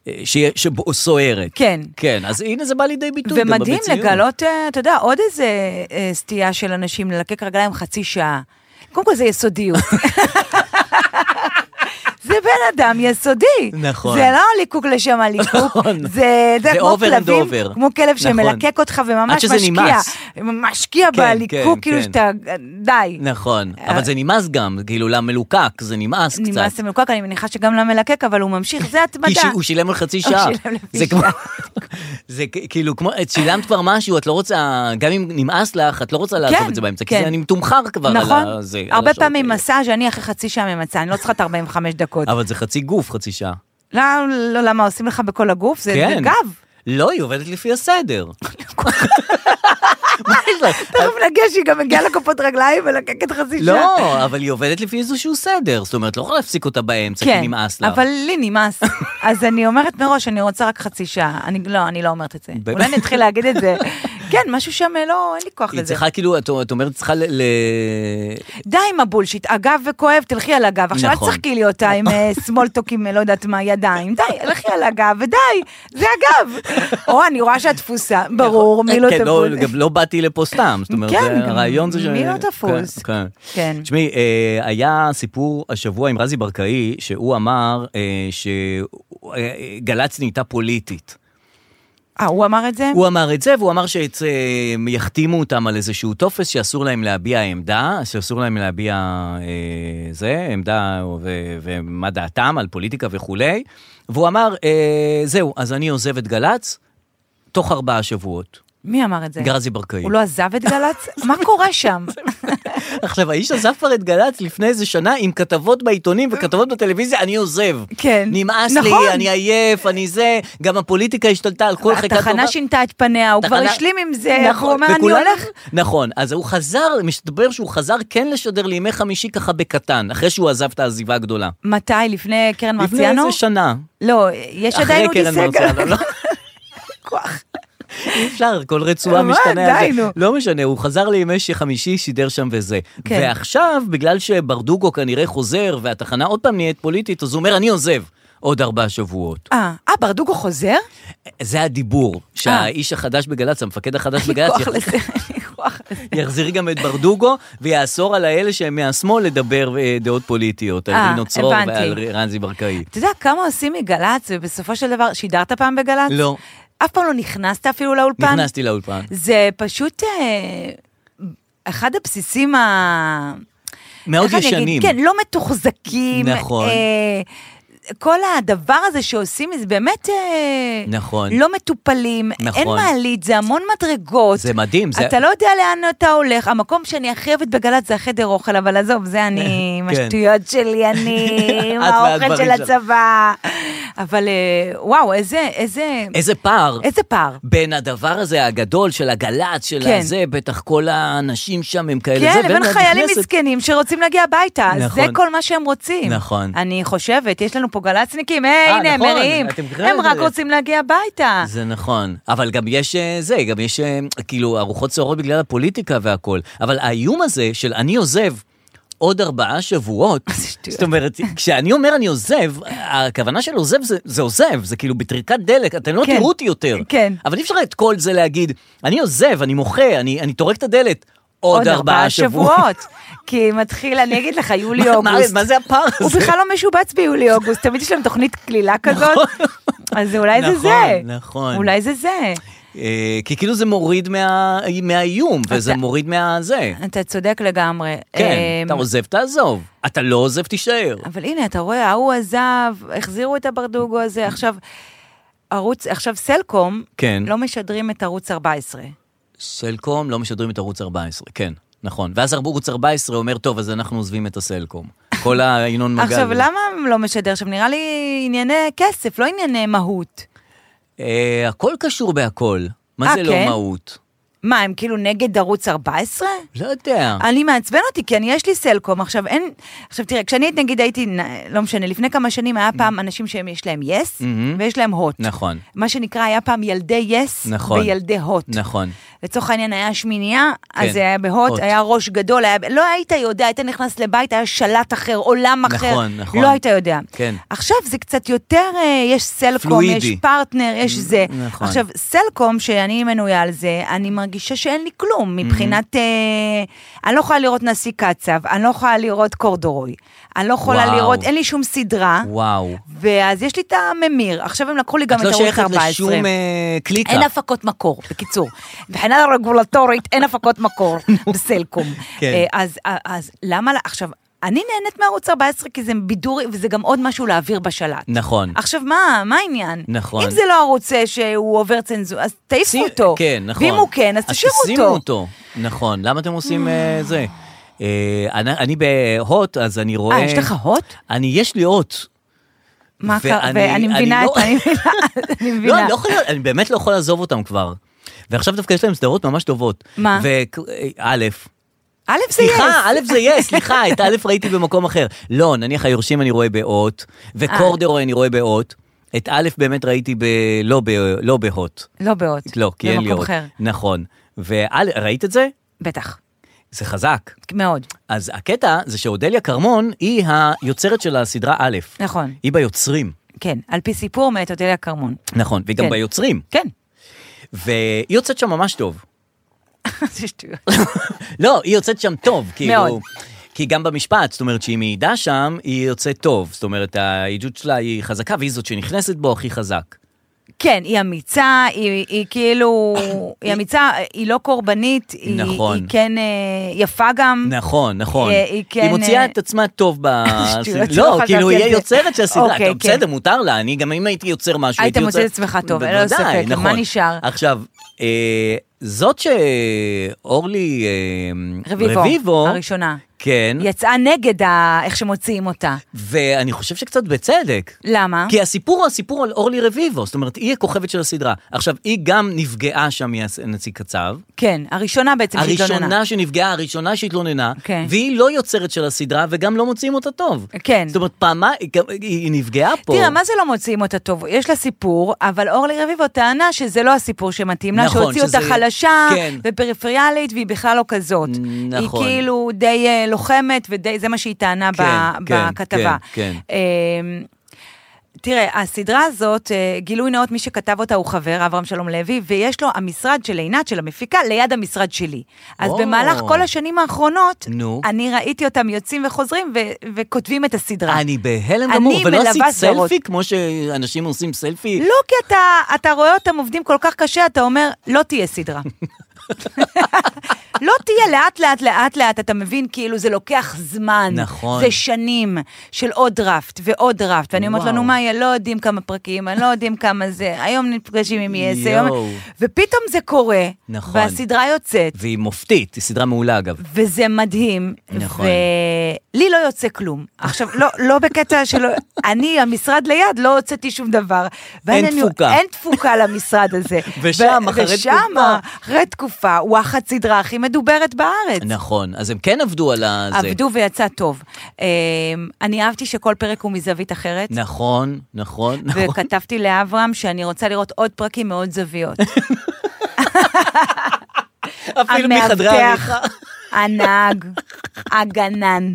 S3: אה, ש- שסוערת.
S4: כן.
S3: כן, אז הנה זה בא לידי ביטוי גם
S4: ומדהים
S3: במציאות.
S4: לגלות, אה, אתה יודע, עוד איזה אה, סטייה של אנשים ללקק רגליים חצי שעה. קודם כל זה יסודיות. זה בן אדם יסודי.
S3: נכון.
S4: זה לא ליקוק לשם הליקוק.
S3: נכון.
S4: זה, זה,
S3: זה
S4: כמו
S3: over and
S4: כלבים,
S3: over.
S4: כמו כלב
S3: נכון.
S4: שמלקק אותך וממש
S3: עד שזה
S4: משקיע.
S3: נמאס.
S4: משקיע
S3: כן,
S4: בליקוק,
S3: כן,
S4: כאילו
S3: כן.
S4: שאתה, די.
S3: נכון,
S4: אה,
S3: אבל זה נמאס גם, כאילו למלוקק, זה נמאס קצת.
S4: נמאס למלוקק, אני מניחה שגם למלקק, אבל הוא ממשיך,
S3: כי
S4: זה התמדה.
S3: ש- הוא שילם על חצי
S4: הוא
S3: שעה.
S4: שילם לפי
S3: זה כמו... זה כ- כאילו כמו, את שילמת כבר משהו, את לא רוצה, גם אם נמאס לך, את לא רוצה לעזוב
S4: כן,
S3: את זה באמצע, כי
S4: כן.
S3: זה- אני מתומחר כבר על ה-
S4: נכון,
S3: זה, על
S4: הרבה
S3: השעות
S4: פעמים
S3: האלה.
S4: מסאז', אני אחרי חצי שעה ממצה, אני לא צריכה את 45 דקות.
S3: אבל זה חצי גוף, חצי שעה.
S4: לא, לא, למה עושים לך בכל הגוף? זה
S3: כן.
S4: גב.
S3: לא, היא עובדת לפי הסדר. מה יש לך?
S4: תכף נגיע לא שהיא גם מגיעה לקופות רגליים ולקקת חצי שעה.
S3: אה, לא, אבל היא עובדת לפי איזשהו סדר, זאת אומרת, לא יכולה להפסיק אותה באמצע, כי נמאס לה.
S4: כן, אבל לי נמאס. אז אני אומרת מראש, אני רוצה רק חצי שעה. אני לא, אני לא אומרת את זה.
S3: באמת?
S4: אולי אני אתחיל להגיד את זה. כן, משהו שם, לא, אין לי כוח
S3: היא
S4: לזה.
S3: צריכה כאילו, את את אומרת, צריכה ל... ל-
S4: די עם הבולשיט, הגב וכואב, תלכי על הגב. עכשיו אל
S3: נכון.
S4: תשחקי לי אותה עם סמולטוקים, לא יודעת מה, ידיים. די, לכי על הגב, ודי, זה הגב. או, אני רואה שאת תפוסה, ברור, מי לא
S3: כן,
S4: תפוס.
S3: גם לא באתי לפה סתם, זאת אומרת,
S4: כן,
S3: זה-
S4: גם
S3: הרעיון זה ש...
S4: מי לא תפוס?
S3: כן,
S4: כן.
S3: כן. תשמעי, אה, היה סיפור השבוע עם רזי ברקאי, שהוא אמר אה, שגל"צ נהייתה פוליטית.
S4: אה, הוא אמר את זה?
S3: הוא אמר את זה, והוא אמר שיחתימו אותם על איזשהו טופס שאסור להם להביע עמדה, שאסור להם להביע אה, זה, עמדה ו- ומה דעתם על פוליטיקה וכולי. והוא אמר, אה, זהו, אז אני עוזב את גל"צ תוך ארבעה שבועות.
S4: מי אמר את זה?
S3: גרזי ברקאי.
S4: הוא לא עזב את גל"צ? מה קורה שם?
S3: עכשיו, האיש עזב כבר את גל"צ לפני איזה שנה עם כתבות בעיתונים וכתבות בטלוויזיה, אני עוזב.
S4: כן.
S3: נמאס
S4: נכון.
S3: לי, אני עייף, אני זה, גם הפוליטיקה השתלטה על כל חלקה טובה.
S4: התחנה שינתה את פניה, הוא כבר
S3: תחנה- נכון,
S4: השלים עם זה, הוא אומר, אני
S3: וכולם-
S4: הולך.
S3: נכון, אז הוא חזר, מסתבר שהוא חזר כן לשדר לימי חמישי ככה בקטן, אחרי שהוא עזב את העזיבה הגדולה.
S4: מתי? לפני קרן
S3: לפני
S4: מרציאנו?
S3: איזה שנה.
S4: לא, יש עדיין
S3: אחרי
S4: אודי
S3: קרן מרציאנו,
S4: סגל.
S3: לא?
S4: כוח. אה,
S3: אי אפשר, כל רצועה
S4: מה,
S3: משתנה.
S4: די,
S3: אז זה-
S4: נו.
S3: לא משנה, הוא חזר לימי ש- חמישי, שידר שם וזה.
S4: כן.
S3: ועכשיו, בגלל שברדוגו כנראה חוזר, והתחנה עוד פעם נהיית פוליטית, אז הוא אומר, אני עוזב. עוד ארבעה שבועות.
S4: אה, אה, ברדוגו חוזר?
S3: זה הדיבור, שהאיש החדש בגל"צ, המפקד החדש
S4: אין לי
S3: בגל"צ,
S4: אה. כוח
S3: יח-
S4: לזה, אין לי כוח לזה.
S3: יחזיר גם את ברדוגו, ויאסור על האלה שהם מהשמאל לדבר אה, דעות פוליטיות, על
S4: אה,
S3: רינו צרור
S4: הבנתי.
S3: ועל ר- רנזי ברקאי.
S4: אתה יודע כמה עושים מגל"צ, ובסופו של דבר, שידרת פעם בגל"צ?
S3: לא.
S4: אף פעם לא נכנסת אפילו לאולפן?
S3: נכנסתי לאולפן.
S4: זה פשוט אה, אחד הבסיסים ה...
S3: מאוד
S4: איך אני אגיד?
S3: ישנים.
S4: כן, לא מתוחזקים.
S3: נכון.
S4: אה, כל הדבר הזה שעושים, זה באמת... אה,
S3: נכון.
S4: לא מטופלים,
S3: נכון.
S4: אין מעלית, זה המון מדרגות.
S3: זה מדהים, זה-
S4: אתה לא יודע לאן אתה הולך. המקום שאני הכי אוהבת בגל"צ זה החדר אוכל, אבל עזוב, זה אני, עם
S3: כן.
S4: השטויות שלי, אני, עם
S3: את והדברים
S4: האוכל של
S3: שלך.
S4: הצבא. אבל אה, וואו, איזה, איזה,
S3: איזה פער.
S4: איזה פער.
S3: בין הדבר הזה הגדול של הגל"צ, של
S4: כן.
S3: הזה, בטח כל האנשים שם הם כאלה.
S4: כן,
S3: זה,
S4: לבין
S3: ואת
S4: חיילים
S3: נכנסת-
S4: מסכנים שרוצים להגיע הביתה.
S3: נכון.
S4: זה כל מה שהם רוצים.
S3: נכון.
S4: אני חושבת, יש לנו פה גל"צניקים, היי, הנה, הם
S3: נכון,
S4: מריעים.
S3: אתם
S4: הם
S3: גרז-
S4: רק רוצים להגיע הביתה.
S3: זה נכון, אבל גם יש אה, זה, גם יש אה, כאילו ארוחות סוערות בגלל הפוליטיקה והכל. אבל האיום הזה של אני עוזב עוד ארבעה שבועות,
S4: שטויות.
S3: זאת אומרת, כשאני אומר אני עוזב, הכוונה של עוזב זה, זה עוזב, זה כאילו בטריקת דלק, אתם לא
S4: כן.
S3: תראו אותי יותר.
S4: כן.
S3: אבל אי אפשר את כל זה להגיד, אני עוזב, אני מוחה, אני, אני טורק את הדלת. עוד, ארבעה שבועות.
S4: כי מתחיל, אני אגיד לך,
S3: מה,
S4: יולי-אוגוסט.
S3: מה זה הפער הזה?
S4: הוא בכלל לא משובץ ביולי-אוגוסט, תמיד יש להם תוכנית קלילה כזאת. אז אולי זה
S3: נכון,
S4: זה.
S3: נכון.
S4: אולי זה זה.
S3: אה, כי כאילו זה מוריד מה, מהאיום, וזה
S4: אתה-
S3: מוריד מהזה.
S4: אתה צודק לגמרי.
S3: כן,
S4: אמ,
S3: אתה עוזב, תעזוב. אתה לא עוזב, תישאר.
S4: אבל הנה, אתה רואה, ההוא עזב, החזירו את הברדוגו הזה, עכשיו... ערוץ, עכשיו סלקום,
S3: כן.
S4: לא משדרים את ערוץ 14.
S3: סלקום לא משדרים את ערוץ 14, כן, נכון. ואז ערוץ 14 אומר, טוב, אז אנחנו עוזבים את הסלקום. כל הינון מגל.
S4: עכשיו, למה הם לא משדר שם? נראה לי ענייני כסף, לא ענייני מהות.
S3: אה, הכל קשור בהכל. מה
S4: אה,
S3: זה לא
S4: כן?
S3: מהות?
S4: מה, הם כאילו נגד ערוץ 14?
S3: לא יודע.
S4: אני מעצבן אותי, כי אני, יש לי סלקום. עכשיו, אין... עכשיו, תראה, כשאני הייתי, נגיד, הייתי, נ- לא משנה, לפני כמה שנים היה פעם אנשים שיש להם יס, ויש להם הוט.
S3: Mm-hmm. נכון.
S4: מה שנקרא, היה פעם ילדי יס,
S3: נכון.
S4: וילדי הוט.
S3: נכון.
S4: לצורך העניין היה שמינייה, אז
S3: כן,
S4: זה היה בהוט,
S3: הוט.
S4: היה ראש גדול, היה... לא היית יודע, היית נכנס לבית, היה שלט אחר, עולם אחר.
S3: נכון, נכון.
S4: לא היית יודע.
S3: כן.
S4: עכשיו זה קצת יותר, אה, יש סלקום,
S3: פלואידי.
S4: יש פרטנר, יש זה.
S3: נכון.
S4: עכשיו, סלקום, שאני מנויה על זה, אני מרגישה שאין לי כלום מבחינת... אה, אני לא יכולה לראות נשיא קצב, אני לא יכולה לראות קורדורוי, אני לא יכולה
S3: וואו.
S4: לראות, אין לי שום סדרה,
S3: וואו.
S4: ואז יש לי את הממיר. עכשיו הם לקחו לי גם
S3: את
S4: את
S3: לא
S4: ערוץ 14.
S3: שייכת לשום אה, קליקה.
S4: אין הפקות מקור, בקיצור. מבחינה רגולטורית אין הפקות מקור בסלקום.
S3: כן.
S4: אה, אז, אז למה, לה- עכשיו, אני נהנית מערוץ 14 כי זה בידור, וזה גם עוד משהו להעביר בשלט.
S3: נכון.
S4: עכשיו, מה, מה העניין?
S3: נכון.
S4: אם זה לא ערוץ אה, שהוא עובר צנזור, אז תעיפו
S3: שים-
S4: אותו.
S3: כן, נכון.
S4: ואם הוא כן, אז תשאירו אותו.
S3: תשימו אותו. נכון, למה אתם עושים אה, זה? אה, אני- אני בהוט, אז אני רואה...
S4: אה, יש לך הוט?
S3: אני, יש לי הוט.
S4: מה קרה?
S3: ואני-
S4: ואני
S3: אני
S4: מבינה
S3: לא-
S4: את אני מבינה, אני מבינה.
S3: לא, אני, לא יכול, אני באמת לא יכול לעזוב אותם כבר. ועכשיו דווקא יש להם סדרות ממש טובות.
S4: מה?
S3: וא',
S4: א', זה יס.
S3: סליחה, א' זה יס, סליחה, את א' ראיתי במקום אחר. לא, נניח היורשים אני רואה באות, וקורדרוי אני רואה באות. את א' באמת ראיתי ב... לא, ב... לא בהוט.
S4: לא באות.
S3: לא, כי אין לי
S4: במקום
S3: הוט.
S4: אחר.
S3: נכון. וראית את זה?
S4: בטח,
S3: זה חזק.
S4: מאוד.
S3: אז הקטע זה שאודליה כרמון היא היוצרת של הסדרה א'.
S4: נכון.
S3: היא ביוצרים.
S4: כן, על פי סיפור מאת אודליה כרמון.
S3: נכון, והיא גם
S4: כן.
S3: ביוצרים.
S4: כן.
S3: והיא יוצאת שם ממש טוב.
S4: זה שטויות.
S3: לא, היא יוצאת שם טוב, כאילו...
S4: מאוד.
S3: כי גם במשפט, זאת אומרת, שהיא מעידה שם, היא יוצאת טוב. זאת אומרת, העידוד שלה היא חזקה, והיא זאת שנכנסת בו הכי חזק.
S4: כן, היא אמיצה, היא, היא כאילו, היא אמיצה, היא לא קורבנית, היא,
S3: נכון.
S4: היא כן אה, יפה גם.
S3: נכון, נכון.
S4: אה, היא כן,
S3: היא מוציאה
S4: אה,
S3: את עצמה טוב ב...
S4: שטויות, לא
S3: לא,
S4: חשבתי
S3: כאילו,
S4: על
S3: היא
S4: זה.
S3: היוצרת של הסדרה.
S4: אוקיי,
S3: טוב,
S4: כן.
S3: בסדר, מותר לה, אני גם אם הייתי יוצר משהו,
S4: היית
S3: הייתי יוצר...
S4: מוצא את עצמך טוב, אין לו
S3: בוודאי,
S4: ספק, מה
S3: נכון.
S4: נשאר?
S3: עכשיו, אה, זאת שאורלי אה,
S4: רביבו,
S3: רביבו
S4: הראשונה.
S3: כן,
S4: יצאה נגד ה... איך שמוציאים אותה.
S3: ואני חושב שקצת בצדק.
S4: למה?
S3: כי הסיפור הוא הסיפור על אורלי רביבו, זאת אומרת, היא הכוכבת של הסדרה. עכשיו, היא גם נפגעה שם מהנציג קצב,
S4: כן, הראשונה בעצם שהתלוננה.
S3: הראשונה שנפגעה, הראשונה שהתלוננה,
S4: כן.
S3: והיא לא יוצרת של הסדרה, וגם לא מוצאים אותה טוב.
S4: כן.
S3: זאת אומרת, פעמיים, היא גם- היא היא נפגעה פה.
S4: תראה, מה זה לא מוציאים אותה טוב? יש לה סיפור, אבל אורלי רביבו טענה שזה לא הסיפור שמתאים לה,
S3: נכון,
S4: שהוציאו
S3: שזה-
S4: אותה חלשה
S3: כן.
S4: ופריפריאלית, והיא בכלל לא כזאת.
S3: נכון.
S4: היא כאילו די אה, לוחמת, ודי, זה מה שהיא טענה
S3: כן,
S4: ב-
S3: כן,
S4: בכתבה.
S3: כן, כן.
S4: אמ, תראה, הסדרה הזאת, אה, גילוי נאות, מי שכתב אותה הוא חבר, אברהם שלום לוי, ויש לו, המשרד של עינת, של המפיקה, ליד המשרד שלי. אז
S3: או.
S4: במהלך כל השנים האחרונות,
S3: נו.
S4: אני ראיתי אותם יוצאים וחוזרים ו- וכותבים את הסדרה.
S3: אני בהלם
S4: אני
S3: גמור, ולא
S4: מלווה
S3: עשית
S4: סדרות.
S3: סלפי כמו שאנשים עושים סלפי?
S4: לא כי אתה, אתה רואה אותם עובדים כל כך קשה, אתה אומר, לא תהיה סדרה. לא תהיה לאט לאט לאט לאט, אתה מבין, כאילו זה לוקח זמן.
S3: נכון.
S4: זה שנים של עוד דראפט ועוד דראפט. ואני אומרת
S3: וואו.
S4: לנו, מה יהיה, לא יודעים כמה פרקים, אני לא יודעים כמה זה, היום נפגשים עם יס,
S3: יואו.
S4: היום... ופתאום זה קורה,
S3: נכון.
S4: והסדרה יוצאת,
S3: והיא מופתית, היא סדרה מעולה אגב.
S4: וזה מדהים.
S3: נכון.
S4: ולי לא יוצא כלום. עכשיו, לא, לא בקטע שלא... אני, המשרד ליד, לא הוצאתי שום דבר. ואין
S3: אין
S4: לנו-
S3: תפוקה.
S4: אין תפוקה למשרד הזה.
S3: ושם, אחרי
S4: ושם,
S3: תקופה.
S4: אחרי תקופה, וואחד סדרה הכי מדוברת בארץ.
S3: נכון, אז הם כן עבדו על ה... זה.
S4: עבדו ויצא טוב. אמ, אני אהבתי שכל פרק הוא מזווית אחרת.
S3: נכון, נכון, נכון.
S4: וכתבתי לאברהם שאני רוצה לראות עוד פרקים מעוד זוויות.
S3: אפילו מחדרי העריכה.
S4: הנהג, הגנן.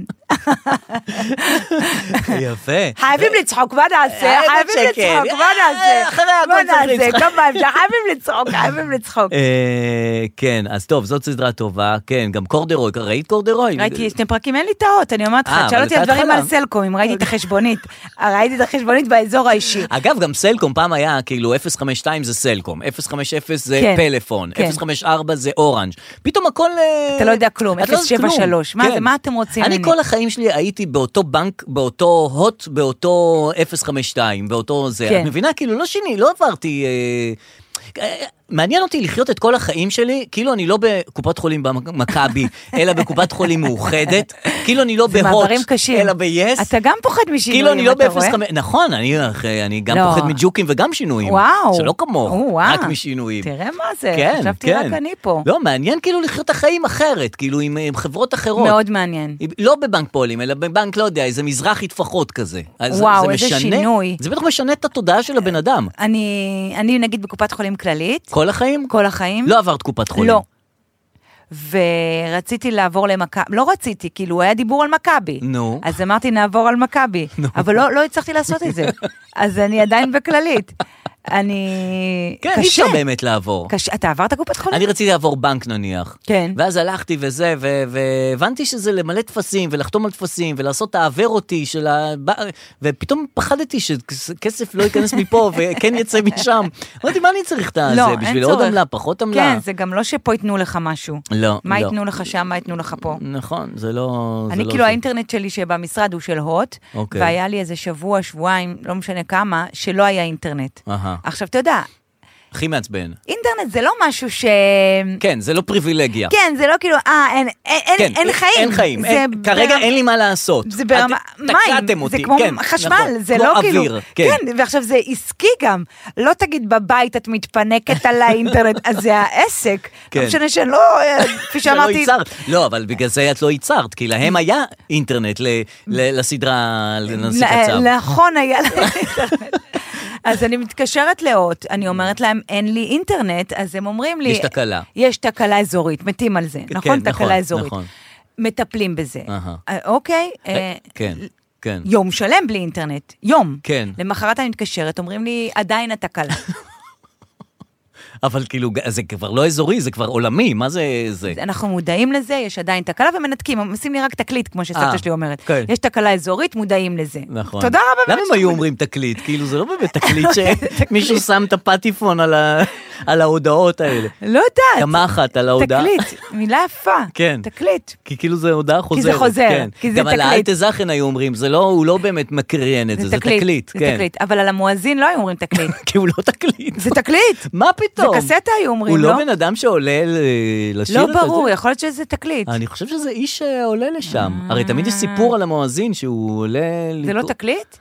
S3: יפה.
S4: חייבים לצחוק, מה נעשה?
S3: אה,
S4: חייבים
S3: שקט.
S4: לצחוק, מה
S3: אה,
S4: נעשה?
S3: אחרי הכל
S4: מה
S3: צריך
S4: נעשה?
S3: לצחוק.
S4: כמה אפשר? חייבים לצחוק, חייבים לצחוק.
S3: אה, כן, אז טוב, זאת סדרה טובה, כן, גם קורדרוי, ראית קורדרוי?
S4: ראיתי שני פרקים, אין לי טעות, אני אומרת לך,
S3: אה,
S4: תשאל
S3: אבל
S4: אותי
S3: זה
S4: על דברים
S3: ההתחלה. אה,
S4: על סלקום, אם ראיתי את החשבונית. ראיתי את החשבונית באזור האישי.
S3: אגב, גם סלקום פעם היה כאילו 052 זה סלקום, 050 זה
S4: כן,
S3: פלאפון,
S4: כן.
S3: 054 זה אורנג'. פתאום הכל... אה,
S4: אתה לא יודע כלום,
S3: את לא יודעת
S4: 073.
S3: כלום, כן.
S4: מה זה, מה אתם רוצים
S3: אני
S4: ממני?
S3: כל החיים שלי הייתי באותו בנק, באותו הוט, באותו 052, באותו זה.
S4: כן.
S3: את מבינה? כאילו, לא שיני, לא עברתי... אה, אה, מעניין אותי לחיות את כל החיים שלי, כאילו אני לא בקופת חולים במכבי, אלא בקופת חולים מאוחדת, כאילו אני לא
S4: זה
S3: בהוט,
S4: מעברים קשים.
S3: אלא ב-yes,
S4: אתה גם פוחד
S3: כאילו
S4: משינויים,
S3: אני לא
S4: אתה רואה?
S3: ב-05, נכון, אני, אחי, אני גם
S4: לא.
S3: פוחד מג'וקים וגם שינויים.
S4: וואו.
S3: זה לא כמוך,
S4: או, וואו.
S3: רק משינויים.
S4: תראה מה זה,
S3: כן,
S4: חשבתי
S3: כן.
S4: רק אני פה.
S3: לא, מעניין כאילו לחיות את החיים אחרת, כאילו עם, עם חברות אחרות.
S4: מאוד מעניין.
S3: לא בבנק פועלים, אלא בבנק, לא יודע, איזה מזרחי טפחות כזה. אז
S4: וואו,
S3: זה
S4: איזה
S3: משנה,
S4: שינוי.
S3: זה בטח משנה את התודעה של הבן אדם.
S4: אני, אני נגיד בקופת חולים כללית,
S3: כל החיים?
S4: כל החיים.
S3: לא עברת קופת חולים.
S4: לא. ורציתי לעבור למכבי, לא רציתי, כאילו, היה דיבור על מכבי.
S3: נו.
S4: אז אמרתי, נעבור על מכבי. נו. אבל לא, לא הצלחתי לעשות את זה. אז אני עדיין בכללית. אני...
S3: כן, אי
S4: קשה.
S3: אפשר באמת לעבור.
S4: קשה. אתה עברת קופת חולים?
S3: אני רציתי לעבור בנק נניח.
S4: כן.
S3: ואז הלכתי וזה, ו- והבנתי שזה למלא טפסים, ולחתום על טפסים, ולעשות את העוור אותי של ה... ב- ופתאום פחדתי שכסף לא ייכנס מפה, וכן יצא משם. אמרתי, מה אני צריך את הזה?
S4: לא, אין
S3: בשביל
S4: צורך.
S3: עוד עמלה, פחות עמלה?
S4: כן, זה גם לא שפה ייתנו לך משהו.
S3: לא,
S4: מה
S3: לא.
S4: ייתנו לך שם, מה ייתנו לך פה.
S3: נכון, זה לא... זה
S4: אני
S3: לא
S4: כאילו,
S3: זה.
S4: האינטרנט שלי שבמשרד הוא של הוט,
S3: אוקיי.
S4: והיה לי איזה שבוע, שבועיים, לא משנה כמה, שלא היה אינטרנט.
S3: אהה.
S4: עכשיו, אתה יודע,
S3: הכי מעצבן.
S4: אינטרנט זה לא משהו ש...
S3: כן, זה לא פריבילגיה.
S4: כן, זה לא כאילו, אה, אין, אין,
S3: כן,
S4: אין, אין חיים.
S3: אין חיים.
S4: זה
S3: אין- כרגע
S4: ברמה-
S3: אין לי מה לעשות.
S4: זה ברמה,
S3: את-
S4: מים,
S3: תקעתם אותי.
S4: זה כמו
S3: כן,
S4: חשמל,
S3: נכון.
S4: זה
S3: כמו
S4: לא
S3: אוויר,
S4: כאילו,
S3: כן.
S4: ועכשיו זה עסקי גם, לא תגיד בבית את מתפנקת על האינטרנט, אז זה העסק,
S3: כן.
S4: לא משנה שלא, אה, כפי
S3: שלא
S4: שאמרתי,
S3: ייצרת. לא, אבל בגלל זה את לא ייצרת, כי להם היה אינטרנט ל- ל- לסדרה לנשיא
S4: נ-
S3: קצב.
S4: נכון היה לה אינטרנט. אז אני מתקשרת לאות, אני אומרת להם, אין לי אינטרנט, אז הם אומרים לי...
S3: יש תקלה.
S4: יש תקלה אזורית, מתים על זה, נכון?
S3: נכון,
S4: תקלה אזורית.
S3: נכון.
S4: מטפלים בזה.
S3: אהה.
S4: אה, אוקיי. אה,
S3: כן, כן.
S4: יום שלם בלי אינטרנט, יום.
S3: כן.
S4: למחרת אני מתקשרת, אומרים לי, עדיין התקלה.
S3: אבל כאילו, זה כבר לא אזורי, זה כבר עולמי, מה זה זה?
S4: אנחנו מודעים לזה, יש עדיין תקלה ומנתקים, הם עושים לי רק תקליט, כמו
S3: אה,
S4: שסבתא שלי אומרת.
S3: כן.
S4: יש תקלה אזורית, מודעים לזה.
S3: נכון.
S4: תודה רבה.
S3: למה
S4: באמת אוקיי,
S3: הם היו
S4: שאתם-
S3: אומרים תקליט? כאילו, זה לא באמת תקליט שמישהו שם את הפטיפון על ה- על ההודעות האלה.
S4: לא יודעת.
S3: קמחת על ההודעה.
S4: תקליט, מילה יפה.
S3: כן.
S4: תקליט.
S3: כי כאילו זה הודעה חוזרת.
S4: חוזר,
S3: כן.
S4: כי זה
S3: גם על
S4: תקליט.
S3: האלטזאכן היו אומרים, זה לא, הוא לא באמת מקריין את זה, זה תקליט.
S4: זה
S3: כן.
S4: תקליט, אבל על המואזין לא היו אומרים תקליט.
S3: כי הוא לא תקליט.
S4: זה תקליט.
S3: מה פתאום?
S4: זה קסטה היו אומרים,
S3: הוא
S4: לא?
S3: לא בן אדם שעולה ל- לשיר
S4: לא
S3: את
S4: ברור,
S3: הזה?
S4: יכול להיות שזה תקליט.
S3: אני חושב שזה איש שעולה לשם. הרי תמיד יש סיפור על המואזין שהוא עולה...
S4: זה לא
S3: לקרוא-
S4: תקליט?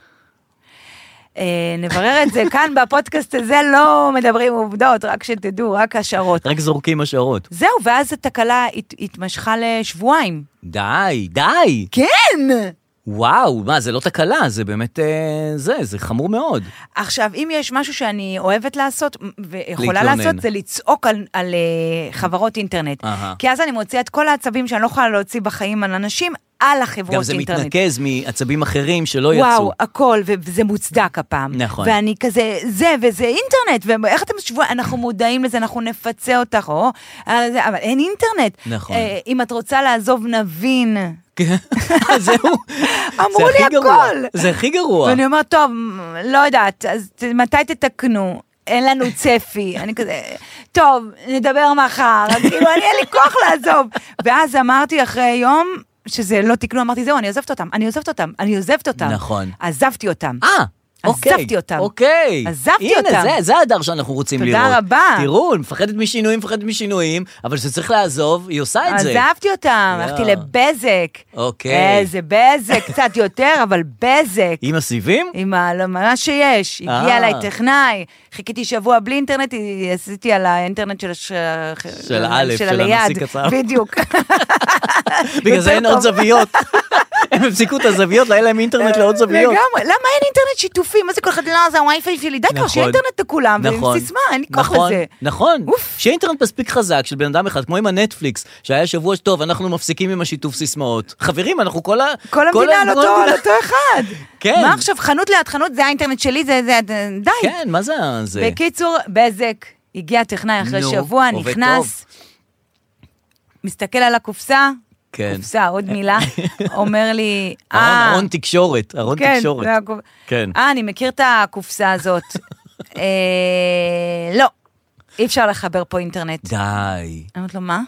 S4: אה, נברר את זה כאן בפודקאסט הזה, לא מדברים עובדות, רק שתדעו, רק השערות.
S3: רק זורקים השערות.
S4: זהו, ואז התקלה הת- התמשכה לשבועיים.
S3: די, די.
S4: כן!
S3: וואו, מה, זה לא תקלה, זה באמת... אה, זה, זה חמור מאוד.
S4: עכשיו, אם יש משהו שאני אוהבת לעשות, מ- ויכולה
S3: להתלונן.
S4: לעשות, זה לצעוק על, על אה, חברות אינטרנט.
S3: אהה.
S4: כי אז אני מוציאה את כל העצבים שאני לא יכולה להוציא בחיים על אנשים, על החברות
S3: גם זה
S4: אינטרנט.
S3: מתנקז מעצבים אחרים שלא יצאו.
S4: וואו, הכל, ו- וזה מוצדק הפעם.
S3: נכון.
S4: ואני כזה, זה, וזה אינטרנט, ואיך אתם שבועה, אנחנו מודעים לזה, אנחנו נפצה אותך, או, אה, זה, אבל אין אינטרנט.
S3: נכון.
S4: אה, אם את רוצה לעזוב, נבין.
S3: כן. זהו.
S4: אמרו
S3: זה
S4: לי
S3: הכי גרוע.
S4: הכל.
S3: זה הכי גרוע.
S4: ואני אומרת, טוב, מ, לא יודעת, אז ת- מתי תתקנו? אין לנו צפי. אני כזה, טוב, נדבר מחר. אז כאילו, אני אין לי כוח לעזוב. ואז אמרתי אחרי יום... שזה לא תיקנו, אמרתי, זהו, אני עוזבת אותם, אני עוזבת אותם, אני עוזבת אותם.
S3: נכון.
S4: עזבתי אותם.
S3: אה, אוקיי.
S4: עזבתי אותם.
S3: אוקיי. הנה,
S4: עזבתי אותם.
S3: הנה, זה ההדר שאנחנו רוצים
S4: תודה
S3: לראות.
S4: רבה.
S3: תראו, מפחדת משינויים, מפחדת משינויים, אבל כשצריך לעזוב, היא עושה את זה.
S4: עזבתי אותם, הלכתי
S3: יואו.
S4: לבזק.
S3: אוקיי.
S4: איזה בזק, קצת יותר, אבל בזק.
S3: עם הסיבים?
S4: עם ה- לא, מה שיש, הגיע
S3: אה.
S4: אליי טכנאי, חיכיתי שבוע בלי אינטרנט, עשיתי על האינטרנט של הש...
S3: של א', של
S4: הליד.
S3: הנשיא קצר.
S4: בדיוק.
S3: בגלל זה
S4: אה, יותר
S3: אין עוד
S4: טוב.
S3: זוויות. הם הפסיקו את הזוויות, לא היה להם אינטרנט לעוד זוויות.
S4: אה, לגמרי, למה אין אינטרנט שיתופי? מה זה כל אחד, לא, זה הווי-פיי שלי, די כבר,
S3: נכון.
S4: שיהיה אינטרנט לכולם, ועם
S3: נכון.
S4: סיסמה, אין לי כוח
S3: נכון,
S4: לזה.
S3: נכון,
S4: אוף.
S3: שיהיה אינטרנט מספיק חזק של בן אדם אחד, כמו עם הנטפליקס, שהיה שבוע שטוב, אנחנו מפסיקים עם השיתוף סיסמאות. חברים, אנחנו כל ה...
S4: כל המדינה על אותו על אותו אחד.
S3: כן.
S4: מה עכשיו, חנות ליד חנות, זה האינטרנט שלי, זה, זה, די.
S3: כן, מה זה ה- זה?
S4: בקיצור, בזק, הגיע הטכנאי אחרי
S3: נו,
S4: שבוע,
S3: עובד
S4: נכנס, מסתכל על הקופסה,
S3: כן.
S4: קופסה, עוד מילה, אומר לי,
S3: אהרון-
S4: אה,
S3: אהרון תקשורת, אהרון
S4: כן,
S3: תקשורת.
S4: זה הקופ-
S3: כן.
S4: אה, אני מכיר את הקופסה הזאת. אה, לא, אי אפשר לחבר פה אינטרנט.
S3: די.
S4: אני אומרת לו, מה?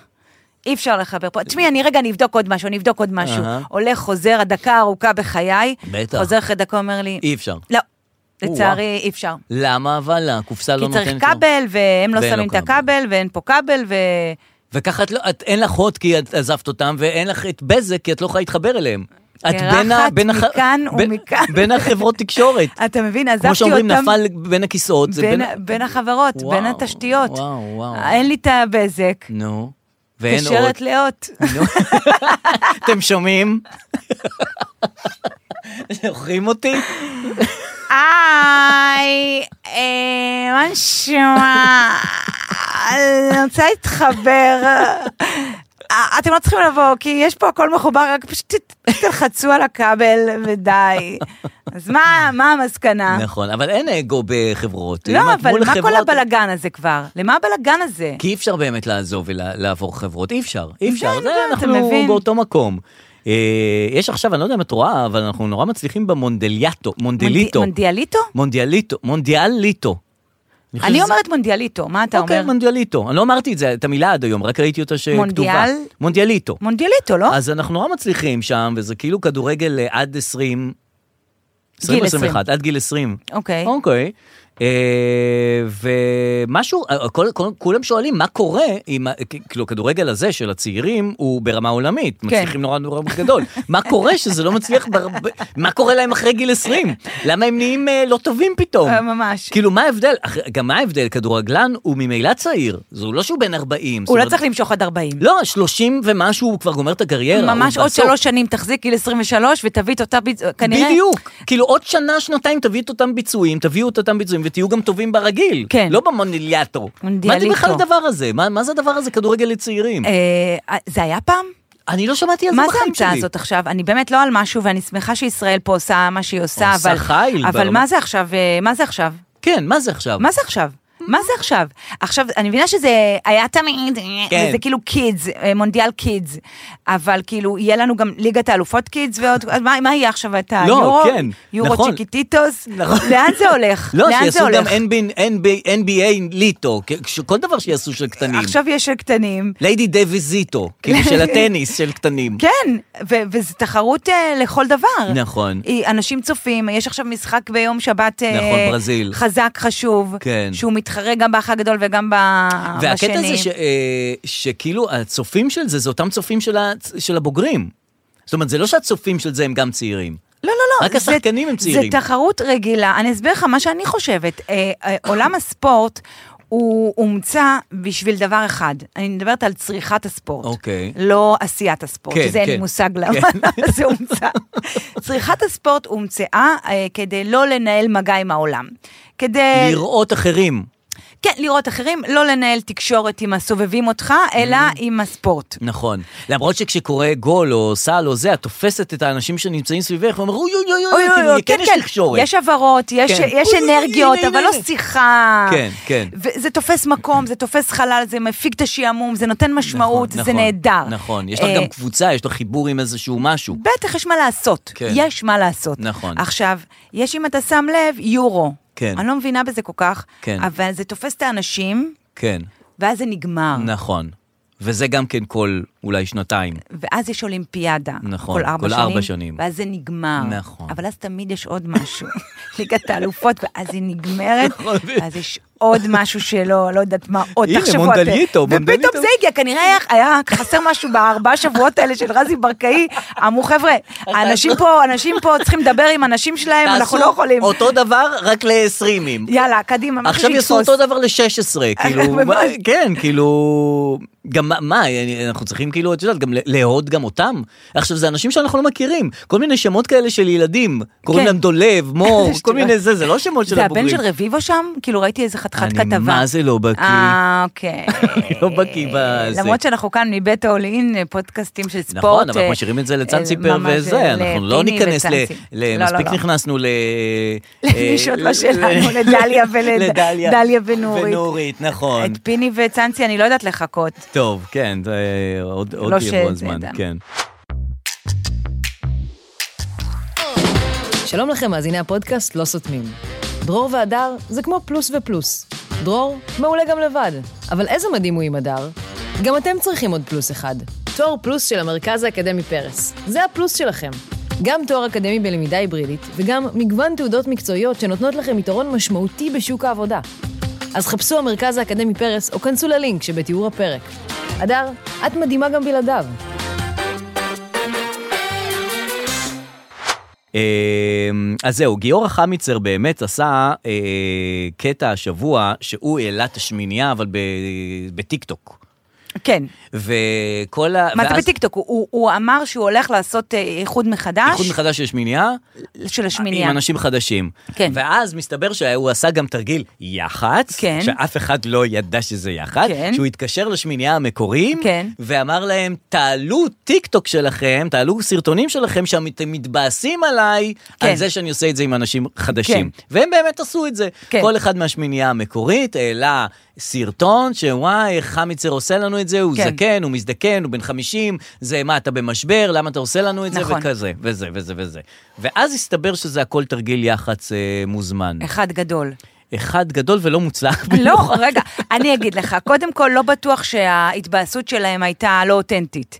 S4: אי אפשר לחבר פה. תשמעי, אני רגע, אני אבדוק עוד משהו, אני אבדוק עוד משהו.
S3: אהה.
S4: הולך, חוזר, הדקה הארוכה בחיי.
S3: בטח.
S4: חוזר אחרי דקה, אומר לי...
S3: אי אפשר.
S4: לא, לצערי אי אפשר.
S3: למה אבל? הקופסה לא
S4: כי
S3: נותנת
S4: צריך
S3: לו.
S4: כבל, והם לא
S3: ואין לו
S4: שמים את
S3: כבל.
S4: הכבל, ואין פה כבל, ו...
S3: וככה את לא, את, אין לך הוט כי את עזבת אותם, ואין לך את בזק כי את לא יכולה להתחבר אליהם. את בין, ה-
S4: קרחת
S3: בין, הח-
S4: מכאן
S3: בין,
S4: ומכאן.
S3: בין החברות תקשורת.
S4: אתה מבין, עזבתי אותם...
S3: כמו שאומרים, נפל בין הכיסאות. זה
S4: בין,
S3: בין...
S4: בין, החברות,
S3: וואו,
S4: בין התשתיות.
S3: וואו, וואו.
S4: אין לי את הבזק.
S3: נו. ואין הוט.
S4: קשרת לאות.
S3: נו. אתם שומעים? זוכרים אותי?
S4: היי, אה, מה נשמע? אני רוצה להתחבר. אה, אתם לא צריכים לבוא, כי יש פה הכל מחובר, רק פשוט ת- תלחצו על הכבל ודי. אז מה, מה המסקנה?
S3: נכון, אבל אין אגו בחברות. אם
S4: אה. לא,
S3: את מול
S4: אבל מה כל
S3: החברות-
S4: הבלגן הזה כבר? למה הבלגן הזה?
S3: כי אי אפשר באמת לעזוב ולעבור חברות, אי אפשר, אי אפשר,
S4: כן,
S3: זה
S4: כן, אתה
S3: אנחנו
S4: מבין.
S3: באותו מקום. אה, יש עכשיו, אני לא יודע אם את רואה, אבל אנחנו נורא מצליחים במונדליאטו, מונדליטו,
S4: מונדי- מונדיאליטו?
S3: מונדיאליטו, מונדיאליטו. חושב
S4: אני
S3: שזה-
S4: אומרת מונדיאליטו, מה אתה
S3: אוקיי,
S4: אומר?
S3: מונדיאליטו. אני לא אמרתי את זה, את המילה עד היום, רק ראיתי אותה שכתובה.
S4: מונדיאל?
S3: מונדיאליטו.
S4: מונדיאליטו, לא?
S3: אז אנחנו נורא מצליחים שם, וזה כאילו כדורגל אה, עד 20... 20,
S4: גיל
S3: 21, עד גיל 20.
S4: אוקיי.
S3: אוקיי. אה, ומשהו, אה, כל, כל, כולם שואלים מה קורה עם, ה- כ- כאילו, הכדורגל הזה של הצעירים הוא ברמה עולמית,
S4: כן.
S3: מצליחים נורא נורא גדול. מה קורה שזה לא מצליח, בר... ב- מה קורה להם אחרי גיל 20? למה הם נהיים אה, לא טובים פתאום?
S4: אה, ממש.
S3: כאילו, מה ההבדל? אח- גם מה ההבדל? כדורגלן הוא ממילא צעיר, זה לא שהוא בן 40. זאת
S4: הוא לא
S3: אומרת-
S4: צריך למשוך עד 40.
S3: לא, 30 ומשהו הוא כבר גומר את הקריירה. הוא
S4: ממש עוד
S3: בסוף.
S4: שלוש שנים תחזיק גיל 23 ותביא את אותה ביצ... כנראה...
S3: בדיוק. כאילו עוד שנה, שנתיים תביאו את אותם ביצועים, תביאו את אותם ביצועים ותהיו גם טובים ברגיל.
S4: כן.
S3: לא במונדיאטו. מה זה
S4: מונדיאליטו.
S3: בכלל הדבר הזה? מה, מה זה הדבר הזה, כדורגל לצעירים?
S4: אה, זה היה פעם?
S3: אני לא שמעתי על זה
S4: מה זה
S3: בחיים שלי.
S4: ההמצאה הזאת עכשיו? אני באמת לא על משהו, ואני שמחה שישראל פה עושה מה שהיא עושה,
S3: עושה
S4: אבל...
S3: חיל
S4: אבל
S3: ברמה-
S4: מה זה עכשיו? אה, מה זה עכשיו?
S3: כן, מה זה עכשיו?
S4: מה זה עכשיו? מה זה עכשיו? עכשיו, אני מבינה שזה היה תמיד,
S3: כן.
S4: זה כאילו קידס, מונדיאל קידס, אבל כאילו, יהיה לנו גם ליגת האלופות קידס ועוד, אז מה, מה יהיה עכשיו? את היורו?
S3: כן,
S4: יורו
S3: נכון.
S4: צ'יקיטיטוס?
S3: נכון.
S4: לאן זה הולך?
S3: לא,
S4: לאן זה
S3: שיעשו גם
S4: הולך?
S3: NBA, NBA, NBA ליטו, כ- ש- כל דבר שיעשו של קטנים.
S4: עכשיו יש של קטנים,
S3: ליידי דוויס זיטו, כאילו של הטניס של קטנים.
S4: כן, ו- וזו תחרות אה, לכל דבר.
S3: נכון.
S4: היא- אנשים צופים, יש עכשיו משחק ביום שבת אה,
S3: נכון, ברזיל.
S4: חזק, חשוב,
S3: כן.
S4: שהוא מתחרה גם באח הגדול וגם ב- בשני.
S3: והקטע זה ש, אה, שכאילו הצופים של זה, זה אותם צופים של, ה, של הבוגרים. זאת אומרת, זה לא שהצופים של זה הם גם צעירים.
S4: לא, לא, לא.
S3: רק
S4: זה-
S3: השחקנים הם צעירים.
S4: זה תחרות רגילה. אני אסביר לך מה שאני חושבת. אה, אה, עולם הספורט... הוא הומצא בשביל דבר אחד, אני מדברת על צריכת הספורט,
S3: אוקיי.
S4: לא עשיית הספורט,
S3: כן,
S4: שזה אין לי
S3: כן.
S4: מושג למה זה הומצא. צריכת הספורט הומצאה אה, כדי לא לנהל מגע עם העולם. כדי...
S3: לראות אחרים.
S4: כן, לראות אחרים, לא לנהל תקשורת עם הסובבים אותך, אלא
S3: Mm-hmm.
S4: עם הספורט.
S3: נכון. למרות שכשקורה גול או סל או זה, את תופסת את האנשים שנמצאים סביבך ואומרים, אוי אוי
S4: אה,
S3: אוי אוי, כאילו, כן יש תקשורת.
S4: יש הבהרות, יש,
S3: כן.
S4: יש
S3: אוי, אוי, אוי,
S4: אנרגיות,
S3: הנה,
S4: אבל
S3: הנה,
S4: לא
S3: הנה.
S4: שיחה.
S3: כן, כן.
S4: זה תופס מקום, זה תופס חלל, זה מפיג את השעמום, זה נותן משמעות,
S3: נכון,
S4: זה
S3: נכון,
S4: נהדר. אה,
S3: נכון, יש לך גם קבוצה, יש לך חיבור עם איזשהו משהו.
S4: בטח יש מה לעשות,
S3: כן.
S4: יש מה לעשות.
S3: נכון.
S4: עכשיו, יש, אם אתה שם לב, יורו.
S3: כן.
S4: אני לא מבינה בזה כל כך,
S3: כן.
S4: אבל זה תופס את האנשים,
S3: כן,
S4: ואז זה נגמר.
S3: נכון. וזה גם כן כל אולי שנתיים.
S4: ואז יש אולימפיאדה.
S3: נכון,
S4: כל ארבע
S3: כל
S4: שנים.
S3: ארבע שנים.
S4: ואז זה נגמר.
S3: נכון.
S4: אבל אז תמיד יש עוד משהו. ליגת האלופות, ואז היא נגמרת,
S3: נכון, ו-
S4: אז יש עוד משהו שלא, לא יודעת מה, עוד
S3: הנה,
S4: תחשבו.
S3: מונדליטו, מונדליטו.
S4: ופתאום זה הגיע, כנראה היה, היה חסר משהו בארבעה שבועות האלה של רזי ברקאי. אמרו, חבר'ה, אנשים פה, אנשים פה צריכים לדבר עם אנשים שלהם, אנחנו לא
S3: לא-" תעשו
S4: יכולים.
S3: אותו דבר רק לעשרימים.
S4: יאללה, קדימה, משהו
S3: עכשיו
S4: שיתפוס.
S3: יעשו אותו דבר ל-16, כאילו,
S4: ממש.
S3: מה- כן, כאילו, גם מה- מה, אנחנו צריכים כאילו, את יודעת, גם ל- לאהוד גם אותם? עכשיו, זה אנשים שאנחנו לא מכירים, כל מיני שמות כאלה של ילדים, קוראים
S4: כן.
S3: להם דולב,
S4: זה
S3: מור, כל
S4: שטויות.
S3: מיני זה, זה לא שמות של
S4: זה הבן
S3: הבוגרים.
S4: של רביבו שם? כאילו ראיתי איזה חתיכת
S3: אני
S4: כתבה.
S3: מה זה לא בקיא.
S4: אה, אוקיי.
S3: לא בקיא בזה.
S4: למרות שאנחנו כאן מבית העולין, פודקאסטים של ספורט.
S3: נכון, אבל
S4: אה,
S3: אנחנו משאירים את זה
S4: אה,
S3: לצאנציפר
S4: ממש,
S3: וזה,
S4: אה,
S3: אנחנו לא
S4: לפיני
S3: ניכנס ל...
S4: וצאנצי.
S3: ל-
S4: לא, לא,
S3: מספיק
S4: לא.
S3: נכנסנו ל...
S4: לנישות לא
S3: אה,
S4: שלנו,
S3: ל-
S4: לדליה ול-
S3: לדליה.
S4: דליה ונורית.
S3: ונורית, נכון.
S4: את פיני וצאנצי אני לא יודעת לחכות.
S3: טוב, כן, זה עוד עוד
S4: לא
S3: יבוא
S4: שזה,
S3: הזמן,
S4: דן.
S3: כן.
S1: שלום לכם, מאזיני הפודקאסט לא סותמים. דרור והדר זה כמו פלוס ופלוס. דרור מעולה גם לבד, אבל איזה מדהים הוא עם הדר. גם אתם צריכים עוד פלוס אחד. תואר פלוס של המרכז האקדמי פרס. זה הפלוס שלכם. גם תואר אקדמי בלמידה היברידית וגם מגוון תעודות מקצועיות שנותנות לכם יתרון משמעותי בשוק העבודה. אז חפשו המרכז האקדמי פרס או כנסו ללינק שבתיאור הפרק. הדר, את מדהימה גם בלעדיו.
S3: אמ, אז זהו, גיורא חמיצר באמת עשה אה, קטע השבוע שהוא העלה את השמינייה, אבל ב- בטיקטוק.
S4: כן.
S3: וכל ה...
S4: מה זה
S3: ואז-
S4: בטיקטוק? הוא- הוא- הוא אמר שהוא הולך לעשות אה, איחוד מחדש
S3: איחוד מחדש של שמינייה,
S4: של השמינייה.
S3: עם אנשים חדשים.
S4: כן.
S3: ואז מסתבר שהוא עשה גם תרגיל יח"צ,
S4: כן.
S3: שאף אחד לא ידע שזה יח"צ,
S4: כן.
S3: שהוא התקשר לשמינייה המקוריים,
S4: כן.
S3: ואמר להם, תעלו טיק טוק שלכם, תעלו סרטונים שלכם שאתם מתבאסים עליי,
S4: כן.
S3: על זה שאני עושה את זה עם אנשים חדשים. והם באמת עשו את זה.
S4: כן.
S3: כל אחד מהשמינייה המקורית העלה סרטון שוואי, חמיצר עושה לנו את זה, הוא
S4: כן.
S3: זקן, הוא מזדקן, הוא בן 50, זה מה, אתה במשבר, למה אתה עושה לנו את זה,
S4: נכון.
S3: וכזה, וזה, וזה, וזה. ואז הסתבר שזה הכל תרגיל יח"צ אה, מוזמן.
S4: אחד גדול.
S3: אחד גדול ולא מוצלח.
S4: לא,
S3: במיוחד.
S4: רגע, אני אגיד לך, קודם כל לא בטוח שההתבאסות שלהם הייתה לא אותנטית.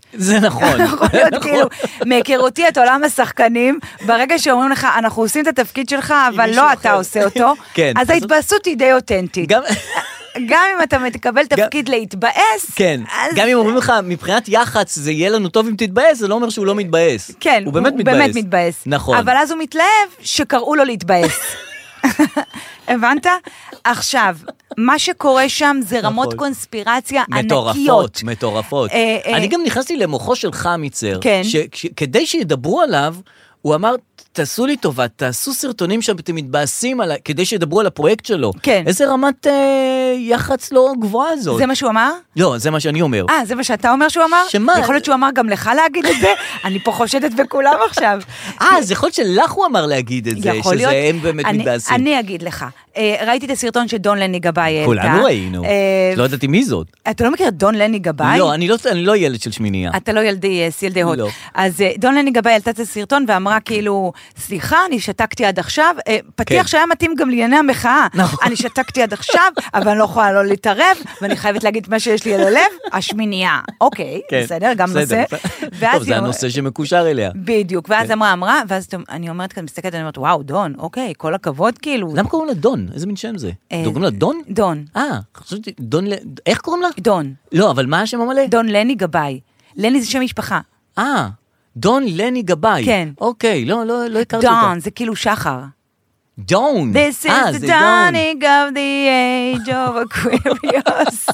S3: זה נכון.
S4: יכול להיות כאילו, מהיכרותי את עולם השחקנים, ברגע שאומרים לך, אנחנו עושים את התפקיד שלך, אבל
S3: מישהו
S4: לא
S3: אחר."
S4: אתה עושה אותו,
S3: כן,
S4: אז
S3: אז-
S4: ההתבאסות היא די אותנטית.
S3: גם...
S4: גם אם אתה מקבל תפקיד להתבאס,
S3: כן,
S4: אז-
S3: גם אם אומרים לך, מבחינת יח"צ זה יהיה לנו טוב אם תתבאס, זה לא אומר שהוא לא מתבאס.
S4: כן,
S3: הוא באמת מתבאס.
S4: באמת מתבאס.
S3: נכון.
S4: אבל אז הוא מתלהב שקראו לו להתבאס. הבנת? עכשיו, מה שקורה שם זה רמות
S3: נכון.
S4: קונספירציה ענקיות.
S3: מטורפות, מטורפות.
S4: אה, אה,
S3: אני גם נכנסתי למוחו של חמיצר,
S4: כן.
S3: שכדי שידברו עליו, הוא אמר, תעשו לי טובה, תעשו סרטונים שאתם מתבאסים עליי, כדי שידברו על הפרויקט שלו.
S4: כן.
S3: איזה רמת אה, יח"צ לא גבוהה זאת.
S4: זה מה שהוא אמר?
S3: לא, זה מה שאני אומר.
S4: אה, זה מה שאתה אומר שהוא אמר?
S3: שמה?
S4: יכול להיות שהוא אמר גם לך להגיד את זה? אני פה חושדת בכולם עכשיו.
S3: אה, אז יכול להיות שלך הוא אמר להגיד את זה,
S4: יכול להיות.
S3: שזה הם באמת
S4: אני-
S3: מתבאסים.
S4: אני אגיד לך, אה, ראיתי את הסרטון שדון לני גבאי העלתה.
S3: כולנו ראינו,
S4: אה,
S3: לא ידעתי מי זאת.
S4: אתה לא מכיר את דון לני גבאי?
S3: לא, אני לא- אני לא ילד של שמינייה.
S4: אתה לא ילדי יס, ילדי הוד.
S3: לא.
S4: אז אה, דון לני גבאי העלתה את הסרטון ואמרה כאילו, סליחה, אני שתקתי עד עכשיו, אה, פתיח
S3: כן.
S4: שהיה מתאים גם לענייני המחאה.
S3: נכון.
S4: אני שתקתי עד עכשיו, אבל אני לא יכולה לא להתערב, ואני חייבת להגיד מה שיש לי על הלב, השמינייה. אוקיי,
S3: כן,
S4: בסדר, גם נושא. ואז
S3: טוב, זה כן.
S4: היא-
S3: הנושא שמקושר אליה.
S4: בדיוק, ואז אמרה, אמרה, ואז אתה- אני אומרת כאן, מסתכלת, אני אומרת, וואו, דון, אוקיי, כל הכבוד, כאילו.
S3: למה קוראים לה דון? איזה מין שם זה? קוראים לה דון?
S4: אה, דון.
S3: אה, חשבתי, דון ל... איך קוראים לה?
S4: דון.
S3: לא, אבל מה השם המלא?
S4: דון לני גבאי. לני זה שם משפחה.
S3: אה, דון לני גבאי.
S4: כן.
S3: אוקיי, לא, לא, לא הכרתי אותה.
S4: דון, זה כאילו שחר.
S3: דון.
S4: This
S3: אה,
S4: is
S3: זה
S4: the
S3: דון.
S4: dawning of the age of Aquarius.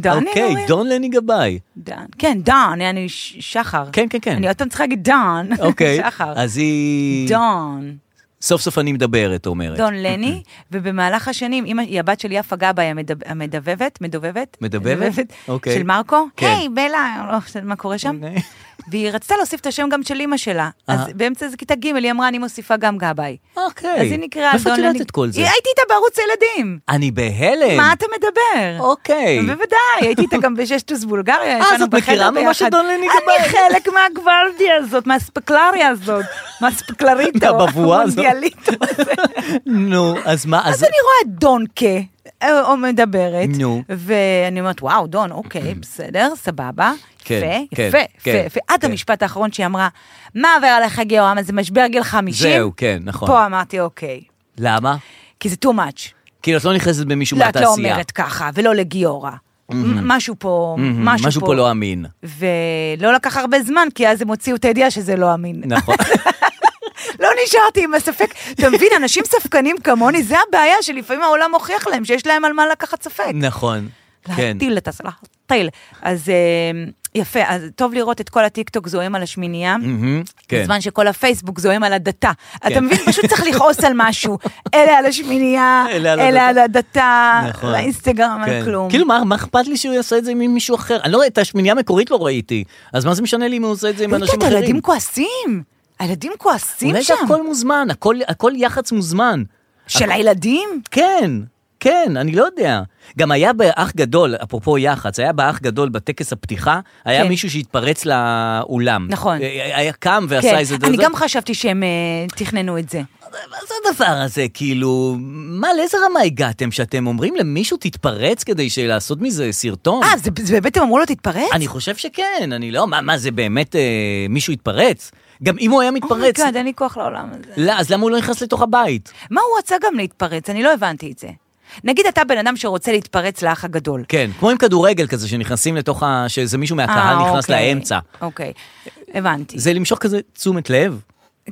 S4: דון,
S3: אוקיי, דון לני גבאי.
S4: דון. כן, דון, אני ש- שחר.
S3: כן, כן, כן.
S4: אני עוד פעם צריכה להגיד דון,
S3: אוקיי.
S4: שחר.
S3: אז היא...
S4: דון.
S3: סוף סוף אני מדברת, אומרת.
S4: דון לני, ובמהלך השנים, אמא, היא הבת של יפה גבאי המדב- המדבבת, מדובבת,
S3: מדבבת? אוקיי.
S4: של מרקו,
S3: כן.
S4: היי בלה, לא יודעת מה קורה שם,
S3: אוקיי. אה.
S4: והיא רצתה להוסיף את השם גם של אימא שלה, אז
S3: אהה.
S4: באמצע איזה כיתה ג' היא אמרה, אני מוסיפה גם גבאי.
S3: אוקיי.
S4: אז היא נקראה
S3: מאיפה
S4: דון
S3: את
S4: לני.
S3: יודעת את כל זה?
S4: היא- הייתי איתה בערוץ הילדים.
S3: אני בהלם.
S4: מה אתה מדבר?
S3: כן. אוקיי.
S4: בוודאי, הייתי איתה גם בששטוס בולגריה,
S3: אז
S4: ישנו
S3: את מכירה
S4: בחדר
S3: ממש
S4: ביחד.
S3: את דון לני
S4: אני
S3: גבאי.
S4: חלק מהגוורדיה הזאת, מהספקלריה הזאת, מהספקלריטו,
S3: מהבבואה הזאת.
S4: המונדיאליטו הזה.
S3: נו, אז מה,
S4: אז אני רואה את דון כ... אה, או מדברת,
S3: נו.
S4: ואני אומרת, וואו, דון, אוקיי, בסדר, סבבה,
S3: כן,
S4: יפה,
S3: כן,
S4: יפה, יפה,
S3: כן,
S4: יפה, עד
S3: כן.
S4: המשפט האחרון שהיא אמרה, מה עובר עליך גיאורם, זה משבר גיל 50?
S3: זהו, כן, נכון.
S4: פה אמרתי, אוקיי,
S3: למה?
S4: כי זה too much.
S3: כאילו, את לא נכנסת במישהו
S4: לא, את
S3: מהתעשייה.
S4: לא אומרת ככה, ולא לגיורא. מ- משהו פה,
S3: מהמם,
S4: משהו פה.
S3: משהו פה לא אמין.
S4: ולא לקח הרבה זמן, כי אז הם הוציאו את הידיעה שזה לא אמין.
S3: נכון.
S4: לא נשארתי עם הספק. אתה מבין, אנשים ספקנים כמוני, זה הבעיה שלפעמים העולם מוכיח להם שיש להם על מה לקחת ספק.
S3: נכון. כן.
S4: להטיל את הסלח, להטיל. אז אה, יפה, אז טוב לראות את כל הטיקטוק זוהם על השמינייה.
S3: מהמם, כן.
S4: בזמן שכל הפייסבוק זוהם על הדתה. אתה
S3: כן.
S4: מבין? פשוט צריך לכעוס על משהו. אלה על השמינייה,
S3: אלה על
S4: אלה
S3: הדתה.
S4: על הדתה,
S3: נכון.
S4: באינסטגרם
S3: כן.
S4: על כלום.
S3: כאילו, מה מה אכפת לי שהוא יעשה את זה עם מישהו אחר? אני לא רואה, את השמינייה המקורית לא ראיתי. אז מה זה משנה לי אם הוא עושה את זה עם
S4: לא
S3: אנשים
S4: יודעת,
S3: אחרים?
S4: הילדים כועסים. הילדים כועסים
S3: אולי
S4: שם.
S3: זה הכל מוזמן, הכל- הכל יח"צ מוזמן.
S4: של הילדים?
S3: כן, כן, אני לא יודע. גם היה באח גדול, אפרופו יח"צ, היה באח גדול בטקס הפתיחה, היה
S4: כן.
S3: מישהו שהתפרץ לאולם.
S4: נכון.
S3: אה, היה קם ועשה
S4: כן,
S3: איזה...
S4: אני
S3: זה-
S4: גם חשבתי שהם אה, תכננו את זה.
S3: מה זה הדבר הזה? כאילו, מה, לאיזה רמה הגעתם שאתם אומרים למישהו תתפרץ כדי לעשות מזה סרטון?
S4: אה, זה זה באמת הם אמרו לו תתפרץ?
S3: נכון. אני חושב שכן, אני לא, מה, מה זה באמת אה, מישהו התפרץ? גם אם הוא היה מתפרץ,
S4: אומייגאד, Oh אין לי כוח לעולם הזה.
S3: לא, אז למה הוא לא נכנס לתוך הבית?
S4: מה הוא רצה גם להתפרץ? אני לא הבנתי את זה. נגיד אתה בן אדם שרוצה להתפרץ לאח הגדול.
S3: כן, כמו עם כדורגל כזה, שנכנסים לתוך ה... שאיזה מישהו מהקהל
S4: אה,
S3: נכנס
S4: אוקיי,
S3: לאמצע.
S4: אוקיי, הבנתי.
S3: זה למשוך כזה תשומת לב.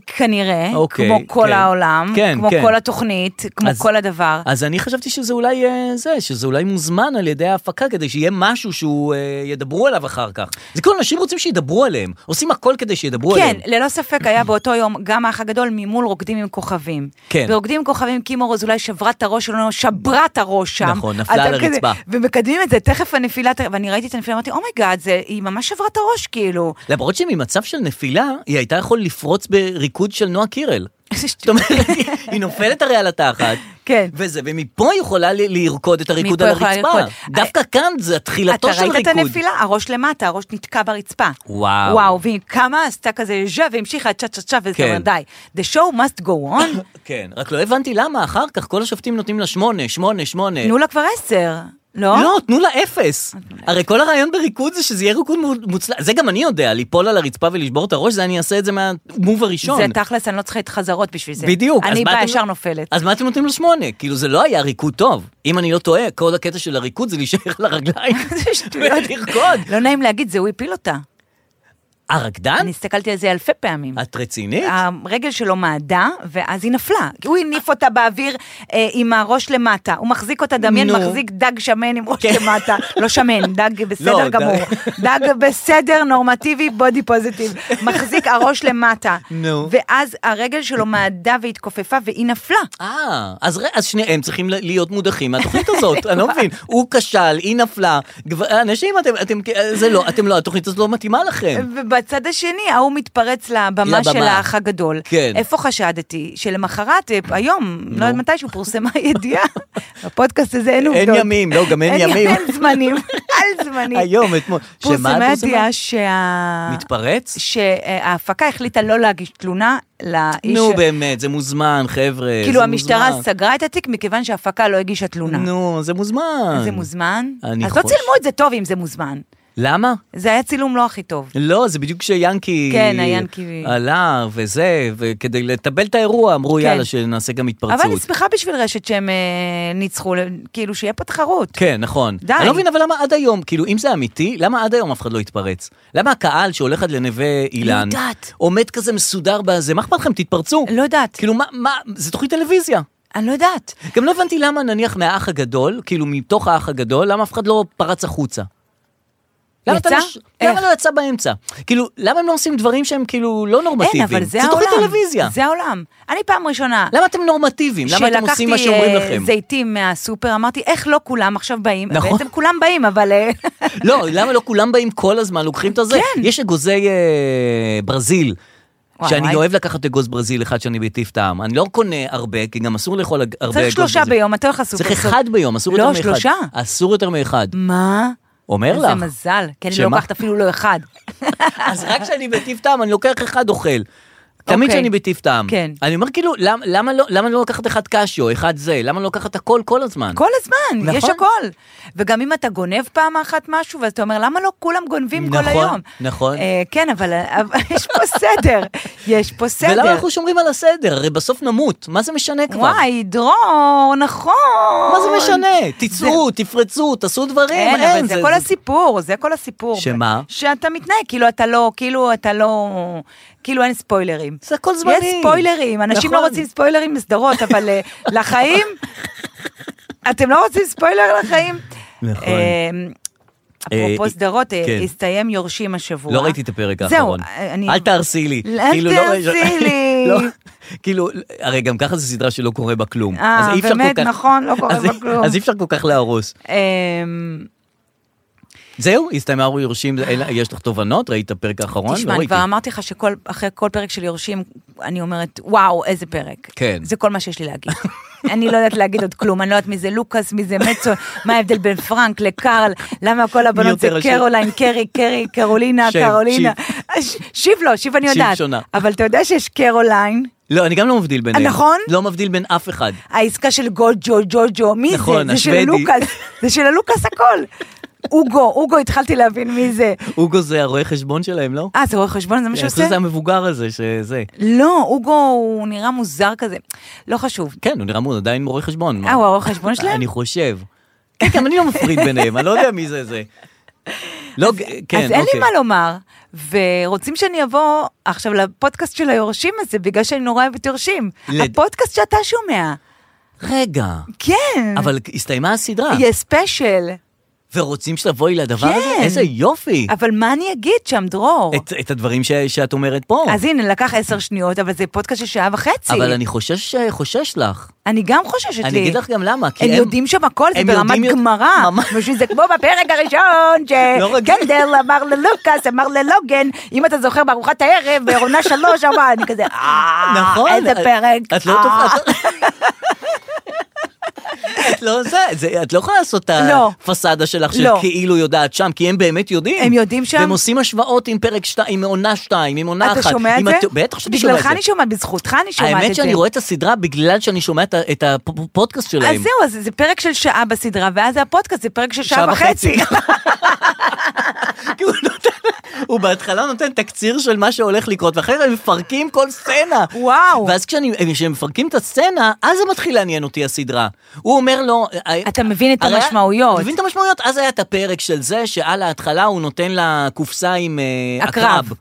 S4: כנראה,
S3: אוקיי,
S4: כמו כל
S3: כן.
S4: העולם,
S3: כן,
S4: כמו
S3: כן.
S4: כל התוכנית, כמו
S3: אז-
S4: כל הדבר.
S3: אז אני חשבתי שזה אולי אה, זה, שזה אולי מוזמן על ידי ההפקה, כדי שיהיה משהו שהוא אה, ידברו עליו אחר כך. זה כאילו, אנשים רוצים שידברו עליהם. עושים הכל כדי שידברו
S4: כן,
S3: עליהם.
S4: ללא ספק היה באותו יום גם האח הגדול ממול רוקדים עם כוכבים.
S3: כן.
S4: ורוקדים עם כוכבים, קים אורז אולי שברה את הראש שלנו, שברה את הראש שם.
S3: נכון, נפלה על
S4: אדם
S3: הרצפה.
S4: כזה- ומקדמים את זה, תכף הנפילה, תכף- ואני ראיתי את הנפילה, אמרתי, אומייגאד, זה- היא ממש שברה את הראש, כאילו.
S3: למרות שממצב של נפילה, היא הייתה יכול לפרוץ בריקוד של נועה קירל.
S4: איזה שטות.
S3: זאת אומרת, היא נופלת הרי על התחת.
S4: כן.
S3: וזה, ומפה היא יכולה ל- לרקוד את הריקוד
S4: מפה
S3: על
S4: יכולה
S3: הרצפה.
S4: לרקוד. אה,
S3: דווקא כאן זה תחילתו של
S4: אתה
S3: ריקוד.
S4: ראית את הנפילה, הראש למטה, הראש נתקע ברצפה.
S3: וואו.
S4: וואו, והיא קמה, עשתה כזה ז'ה, והמשיכה צ'ה צ'ה צ'ה, וזה
S3: כן.
S4: אומר, די. The show must go on.
S3: כן, רק לא הבנתי למה אחר כך כל השופטים נותנים לה שמונה, שמונה, שמונה.
S4: תנו לה כבר עשר, לא?
S3: לא, תנו לה אפס. הרי כל הרעיון בריקוד זה שזה יהיה ריקוד מו- מוצלח. זה גם אני יודע, ליפול על הרצפה ולשבור את הראש, זה אני אעשה את זה מהמוב הראשון.
S4: זה תכלס, אני לא צריכה את חזרות בשביל זה.
S3: בדיוק. אז
S4: אני
S3: מה
S4: באה
S3: אתם- לא-
S4: ישר נופלת.
S3: אז מה אתם נותנים לו שמונה? כאילו זה לא היה ריקוד טוב. אם אני לא טועה, כל הקטע של הריקוד זה להישאר על הרגליים
S4: זה שטויות.
S3: ולרקוד.
S4: לא נעים להגיד, זה הוא הפיל אותה.
S3: הרקדן?
S4: אני אה. הסתכלתי על זה אלפי פעמים.
S3: אה? את רצינית?
S4: הרגל שלו מעדה, ואז היא נפלה. הוא הניף אותה באוויר אה, עם הראש למטה. הוא מחזיק אותה, דמיין,
S3: נו. כן.
S4: מחזיק דג שמן עם ראש למטה. לא שמן, דג בסדר
S3: לא,
S4: גמור. דג בסדר, נורמטיבי, בודי פוזיטיב. מחזיק הראש למטה.
S3: נו.
S4: ואז הרגל שלו מעדה והתכופפה, והיא נפלה.
S3: אה, אז, ר- אז שניהם צריכים ל- להיות מודחים מהתוכנית הזאת, אני לא מבין. הוא כשל, היא נפלה. גב- אנשים, אתם, אתם, זה לא, אתם לא, התוכנית הזאת לא מתאימה לכם.
S4: ובצד השני, ההוא מתפרץ לבמה
S3: לבמה.
S4: של האח הגדול.
S3: כן.
S4: איפה חשדתי? שלמחרת, אה, היום, לא יודעת מתישהו, פורסמה ידיעה. בפודקאסט הזה אין עובדות.
S3: אין ימים, לא, גם אין ימים.
S4: אין זמנים, על זמנים.
S3: היום, אתמול. שמה
S4: פורסמה
S3: פורסמה?
S4: ידיעה שה...
S3: מתפרץ?
S4: שההפקה החליטה לא להגיש תלונה לאיש...
S3: נו באמת, זה מוזמן, חבר'ה.
S4: כאילו
S3: זה
S4: המשטרה
S3: מוזמן.
S4: סגרה את התיק מכיוון שההפקה לא הגישה תלונה.
S3: נו, זה מוזמן.
S4: זה מוזמן?
S3: אני
S4: אז לא
S3: חוש-
S4: צילמו את זה טוב אם זה מוזמן.
S3: למה?
S4: זה היה צילום לא הכי טוב.
S3: לא, זה בדיוק כשיאנקי
S4: כן, היאנקי-
S3: עלה וזה, וכדי לטבל את האירוע אמרו
S4: כן.
S3: יאללה שנעשה גם התפרצות.
S4: אבל אני שמחה בשביל רשת שהם אה, ניצחו, כאילו שיהיה פה תחרות.
S3: כן, נכון.
S4: די.
S3: אני לא מבין, אבל למה עד היום, כאילו, אם זה אמיתי, למה עד היום אף אחד לא התפרץ? למה הקהל שהולך עד לנווה אילן,
S4: יודעת.
S3: עומד כזה מסודר בזה, מה אכפת לכם, תתפרצו.
S4: לא יודעת,
S3: כאילו, מה, מה, זה תוכנית טלוויזיה.
S4: אני לא יודעת.
S3: גם לא הבנתי למה, נניח, מהאח הגדול, כאילו, מתוך האח הגדול, למה אף אחד לא פרץ החוצה? למה אתה
S4: יצא?
S3: לא ש- למה
S4: איך?
S3: לא יצא באמצע? כאילו, למה הם לא עושים דברים שהם כאילו לא
S4: אין,
S3: נורמטיביים?
S4: אבל זה
S3: זה
S4: העולם.
S3: תוכנית טלוויזיה.
S4: זה העולם. אני פעם ראשונה,
S3: למה אתם נורמטיביים? למה אתם עושים מה שאומרים
S4: שלקחתי, אה,
S3: לכם?
S4: זיתים מהסופר, אמרתי, איך לא כולם עכשיו באים?
S3: נכון.
S4: בעצם כולם באים, אבל... אה,
S3: לא, למה לא כולם באים כל הזמן, לוקחים את הזה?
S4: כן.
S3: יש אגוזי אה, ברזיל.
S4: וואי,
S3: שאני
S4: וואי.
S3: אוהב לקחת אגוז ברזיל אחד שאני בטיף טעם. אני לא קונה הרבה, כי גם אסור לאכול אג- הרבה אגוז ברזיל.
S4: צריך שלושה ביום, אתה הולך לסופר.
S3: צריך אחד ביום, אסור
S4: לא,
S3: יותר מאחד.
S4: שלושה.
S3: אסור יותר מאחד.
S4: מה?
S3: אומר
S4: איזה
S3: לך.
S4: מזל, כי אני
S3: שמה?
S4: לא לוקחת אפילו לא אחד.
S3: אז רק כשאני בטיף טעם, אני לוקח אחד אוכל. תמיד
S4: אוקיי.
S3: כשאני בטיף טעם.
S4: כן.
S3: אני אומר כאילו, למ- למה לא- למה לא לקחת אחד קשיו, אחד זה? למה לא לקחת הכל כל הזמן?
S4: כל הזמן,
S3: נכון.
S4: יש הכל. וגם אם אתה גונב פעם אחת משהו, ואז אתה אומר, למה לא כולם גונבים כל
S3: נכון,
S4: היום?
S3: נכון.
S4: אה, כן, אבל אה, אבל יש פה סדר. יש פה סדר.
S3: ולמה אנחנו שומרים על הסדר? הרי בסוף נמות, מה זה משנה כבר?
S4: וואי, דרור, נכון.
S3: מה זה משנה? תצאו, תפרצו, תעשו דברים,
S4: כן,
S3: אין.
S4: אבל זה כל הסיפור, זה כל הסיפור.
S3: שמה?
S4: שאתה מתנהג, כאילו אתה לא, כאילו אתה לא, כאילו אין ספוילרים.
S3: זה הכל זמני.
S4: יש ספוילרים, אנשים
S3: נכון.
S4: לא רוצים ספוילרים בסדרות, אבל אה, לחיים, אתם לא רוצים ספוילר לחיים?
S3: נכון.
S4: אה, אפרופו
S3: אה,
S4: סדרות, אה,
S3: כן.
S4: הסתיים יורשים השבוע.
S3: לא ראיתי את הפרק האחרון.
S4: זהו, אה, אני...
S3: אל תהרסי לי.
S4: אל
S3: כאילו, לא-
S4: תהרסי לי.
S3: לא, כאילו, הרי גם ככה זו סדרה שלא קורה בה כלום.
S4: אה,
S3: אז אי אפשר כל
S4: באמת,
S3: כך-
S4: נכון, לא קורה
S3: אז-
S4: בה כלום.
S3: אז אי אפשר כל כך להרוס.
S4: אמ,
S3: זהו, הסתיימה יורשים, אין- יש לך תובנות? ראית את הפרק האחרון?
S4: תשמע,
S3: לא
S4: אני
S3: ראיתי.
S4: כבר אמרתי לך שאחרי כל פרק של יורשים, אני אומרת, וואו, איזה פרק.
S3: כן.
S4: זה כל מה שיש לי להגיד. אני לא יודעת להגיד עוד כלום, אני לא יודעת מי זה לוקאס, מי זה מצו, מה ההבדל בין פרנק לקארל, למה כל הבנות זה
S3: יותר עשיר?
S4: קרוליין, קרי, קרי, קרולינה,
S3: שיב,
S4: קרולינה. ש- שיב לא, שיב אני
S3: שיב
S4: יודעת.
S3: שונה.
S4: אבל אתה יודע שיש קרוליין,
S3: לא, אני גם לא מבדיל ביניהם.
S4: נכון?
S3: לא מבדיל בין אף אחד.
S4: העסקה של גוג'ו, ג'וג'ו, מי
S3: נכון,
S4: זה? זה של
S3: השוודי.
S4: הלוקאס, זה של הלוקאס הכל. אוגו, אוגו, התחלתי להבין מי זה.
S3: אוגו זה הרואה חשבון שלהם, לא?
S4: אה, זה רואה חשבון, זה מה
S3: אני
S4: שהוא
S3: חושב
S4: עושה?
S3: שזה המבוגר הזה, שזה.
S4: לא, אוגו הוא נראה מוזר כזה. לא חשוב.
S3: כן, הוא נראה מול עדיין רואה חשבון.
S4: אה, הוא הרואה חשבון שלהם?
S3: אני חושב. כן, גם אני לא מפריד ביניהם, אני לא יודע מי זה זה. לא, כן, אוקיי.
S4: אז אין לי מה לא- לומר, ורוצים שאני אבוא עכשיו לפודקאסט של היורשים הזה, בגלל שאני נורא אוהבת יורשים.
S3: לד-
S4: הפודקאסט שאתה שומע.
S3: רגע,
S4: כן.
S3: אבל הסתיימה הסדרה,
S4: יהיה ספיישל.
S3: ורוצים שתבואי לדבר
S4: כן.
S3: הזה? איזה יופי.
S4: אבל מה אני אגיד שם, דרור?
S3: את- את הדברים ש- שאת אומרת פה.
S4: אז הנה, לקח עשר שניות, אבל זה פודקאסט של שעה וחצי.
S3: אבל אני חושש, חושש לך.
S4: אני גם חוששת לי.
S3: אני אגיד לך גם למה, כי
S4: הם
S3: הם-
S4: יודעים שם הכל, זה
S3: הם
S4: ברמת
S3: יודעים יותר-
S4: גמרא.
S3: ממש.
S4: בשביל זה כמו בפרק הראשון,
S3: לא רק-
S4: שקנדל אמר ללוקאס, אמר ללוגן, אם אתה זוכר בארוחת הערב, בעונה שלוש, אמר, אני כזה, אה,
S3: נכון,
S4: איזה
S3: את-
S4: פרק.
S3: את לא
S4: אה."
S3: תופעת. את לא זה, זה- את לא יכולה לעשות את
S4: לא.
S3: הפסאדה שלך של
S4: לא.
S3: כאילו יודעת שם, כי הם באמת יודעים.
S4: הם יודעים שם?
S3: והם עושים השוואות עם פרק 2, עם עונה 2, עם עונה 1.
S4: אה, אתה שומע את זה?
S3: בטח שאני שומע לא- את
S4: בגללך
S3: זה.
S4: אני שומעת, בזכותך אני שומעת את זה.
S3: האמת שאני רואה את הסדרה בגלל שאני שומע את ה- את הפודקאסט שלהם.
S4: אז זהו, אז זה פרק של שעה בסדרה, ואז זה הפודקאסט, זה פרק של שעה
S3: שעה
S4: וחצי.
S3: וחצי. כי הוא נותן- הוא בהתחלה נותן תקציר של מה שהולך לקרות, ואחרי זה הם מפרקים כל סצנה.
S4: וואו.
S3: ואז כשאני- כשהם מפרקים את הסצנה, אז זה מתחיל לעניין אותי הסדרה. הוא אומר לו... אה,
S4: אתה מבין את
S3: הרי-
S4: המשמעויות.
S3: אתה מבין את המשמעויות? אז היה את הפרק של זה שעל ההתחלה הוא נותן לה קופסה עם אה,
S4: הקרב.
S3: הקרב.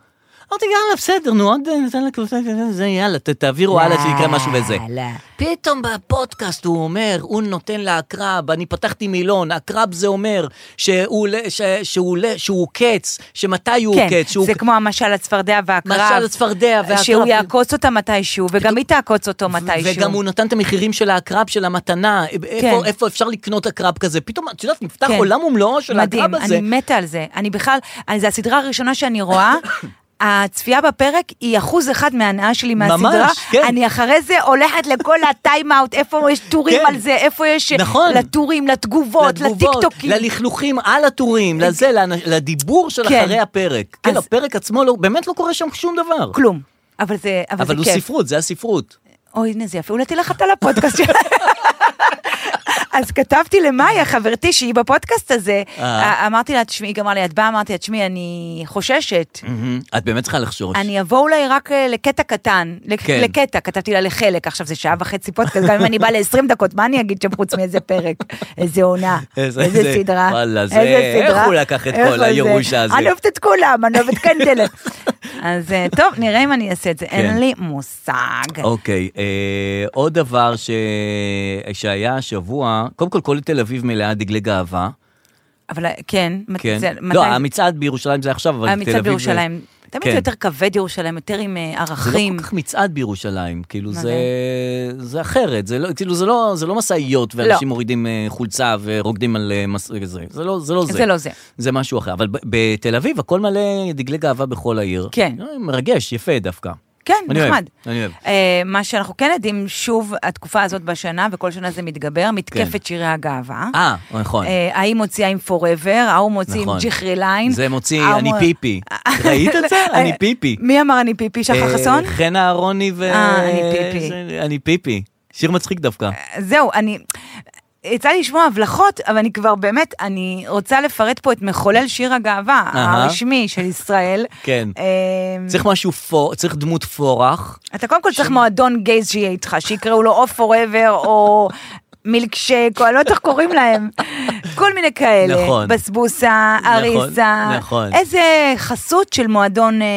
S3: אמרתי, יאללה, בסדר, נו, עוד אה, נתן לה קופסה, כזה, זה, יאללה, ת- תעבירו הלאה שיקרה משהו וזה.
S4: לא.
S3: פתאום בפודקאסט הוא אומר, הוא נותן לה הקרב, אני פתחתי מילון, הקרב זה אומר שהוא, ל- ש, שהוא, ל- שהוא קץ, שמתי הוא
S4: כן,
S3: קץ, שהוא...
S4: זה כמו המשל הצפרדע והקרב.
S3: משל הצפרדע והקרב.
S4: שהוא יעקוץ אותה מתישהו, וגם היא תעקוץ אותו מתישהו.
S3: וגם הוא נתן את המחירים של הקרב, של המתנה, כן. איפה, איפה אפשר לקנות הקרב כזה. פתאום, את יודעת, נפתח
S4: כן.
S3: עולם ומלואו של הקרב הזה.
S4: מדהים, אני מתה על זה. אני בכלל, אני- זו הסדרה הראשונה שאני רואה. הצפייה בפרק היא אחוז אחד מההנאה שלי
S3: ממש,
S4: מהסדרה.
S3: כן.
S4: אני אחרי זה הולכת לכל הטיים-אאוט, איפה יש טורים
S3: כן.
S4: על זה, איפה יש
S3: נכון.
S4: לטורים, לתגובות, לטיקטוקים. אה,
S3: ללכלוכים על הטורים, לזה, לנ- לדיבור של
S4: כן.
S3: אחרי הפרק. כן,
S4: אז-
S3: הפרק עצמו, לא, באמת לא קורה שם שום דבר.
S4: כלום. אבל זה, אבל זה
S3: אבל הוא
S4: כיף. אה.
S3: ספרות, זה הספרות.
S4: אוי, הנה זה יפה, אולי תלך אתה לפודקאסט שלה. אז כתבתי למאיה, חברתי, שהיא בפודקאסט הזה,
S3: אה.
S4: אמרתי לה, תשמעי, היא אמרה לי, את באה? אמרתי לה, תשמעי, אני חוששת.
S3: Mm-hmm. את באמת צריכה לחשוש.
S4: אני אבוא אולי רק אה, לקטע קטן, לק-
S3: כן.
S4: לקטע, כתבתי לה לחלק, עכשיו זה שעה וחצי פודקאסט, גם אם אני באה ל-20 דקות, מה אני אגיד שם חוץ מאיזה פרק, איזה עונה,
S3: איזה-
S4: איזה
S3: איזה-
S4: סדרה,
S3: וואלה, זה-
S4: איזה
S3: איך
S4: סדרה.
S3: הוא לקח את
S4: איך
S3: כל
S4: זה?
S3: הירוש הזה?
S4: אני אוהבת את כולם, אני אוהבת קנדלת. אז אה, טוב, נראה אם אני אעשה את זה, אין
S3: כן.
S4: לי מושג.
S3: אוקיי, אה, עוד דבר ש... שהיה השבוע, קודם כל, כל תל אביב מלאה דגלי גאווה.
S4: אבל כן, מת-
S3: כן.
S4: זה- מתי-
S3: לא, המצעד בירושלים זה עכשיו, אבל תל אביב...
S4: המצעד בירושלים. תמיד זה
S3: כן.
S4: יותר כבד ירושלים, יותר עם אה,
S3: זה לא
S4: ערכים.
S3: כל כך מצעד בירושלים, כאילו
S4: מה
S3: זה, זה אחרת, זה לא, כאילו זה לא, זה לא משאיות ואנשים
S4: לא.
S3: מורידים אה, חולצה ורוקדים על אה, מס... זה, זה, לא, זה לא זה.
S4: זה לא זה.
S3: זה משהו אחר, אבל ב- בתל אביב הכל מלא דגלי גאווה בכל העיר.
S4: כן.
S3: אה, מרגש, יפה דווקא.
S4: כן,
S3: אני אוהב,
S4: נחמד.
S3: אני אוהב.
S4: אה, מה שאנחנו כן יודעים, שוב, התקופה הזאת בשנה, וכל שנה זה מתגבר, מתקפת שירי הגאווה.
S3: כן. אה, נכון.
S4: אה, ההיא מוציאה עם פוראבר, ההוא מוציא עם
S3: נכון.
S4: ג'יחרי ליין.
S3: זה מוציא,
S4: ההוא-
S3: אני פיפי. ראית את זה? אני
S4: אה,
S3: פיפי.
S4: מי אמר אני פיפי? שחר
S3: אה,
S4: חסון?
S3: חן אהרוני ו...
S4: אה, אני פיפי.
S3: זה- אני פיפי. שיר מצחיק דווקא.
S4: זהו, אני... יצא לי לשמוע הבלחות, אבל אני כבר באמת, אני רוצה לפרט פה את מחולל שיר הגאווה
S3: אהה.
S4: הרשמי של ישראל.
S3: כן.
S4: אה,
S3: צריך משהו פור, צריך דמות פורח.
S4: אתה קודם כל צריך מועדון גייז שיהיה איתך, שיקראו לו או פוראבר או מילק שייק, או אני לא יודעת איך קוראים להם. כל מיני כאלה.
S3: נכון.
S4: בסבוסה,
S3: נכון,
S4: אריסה.
S3: נכון.
S4: איזה חסות של מועדון אה,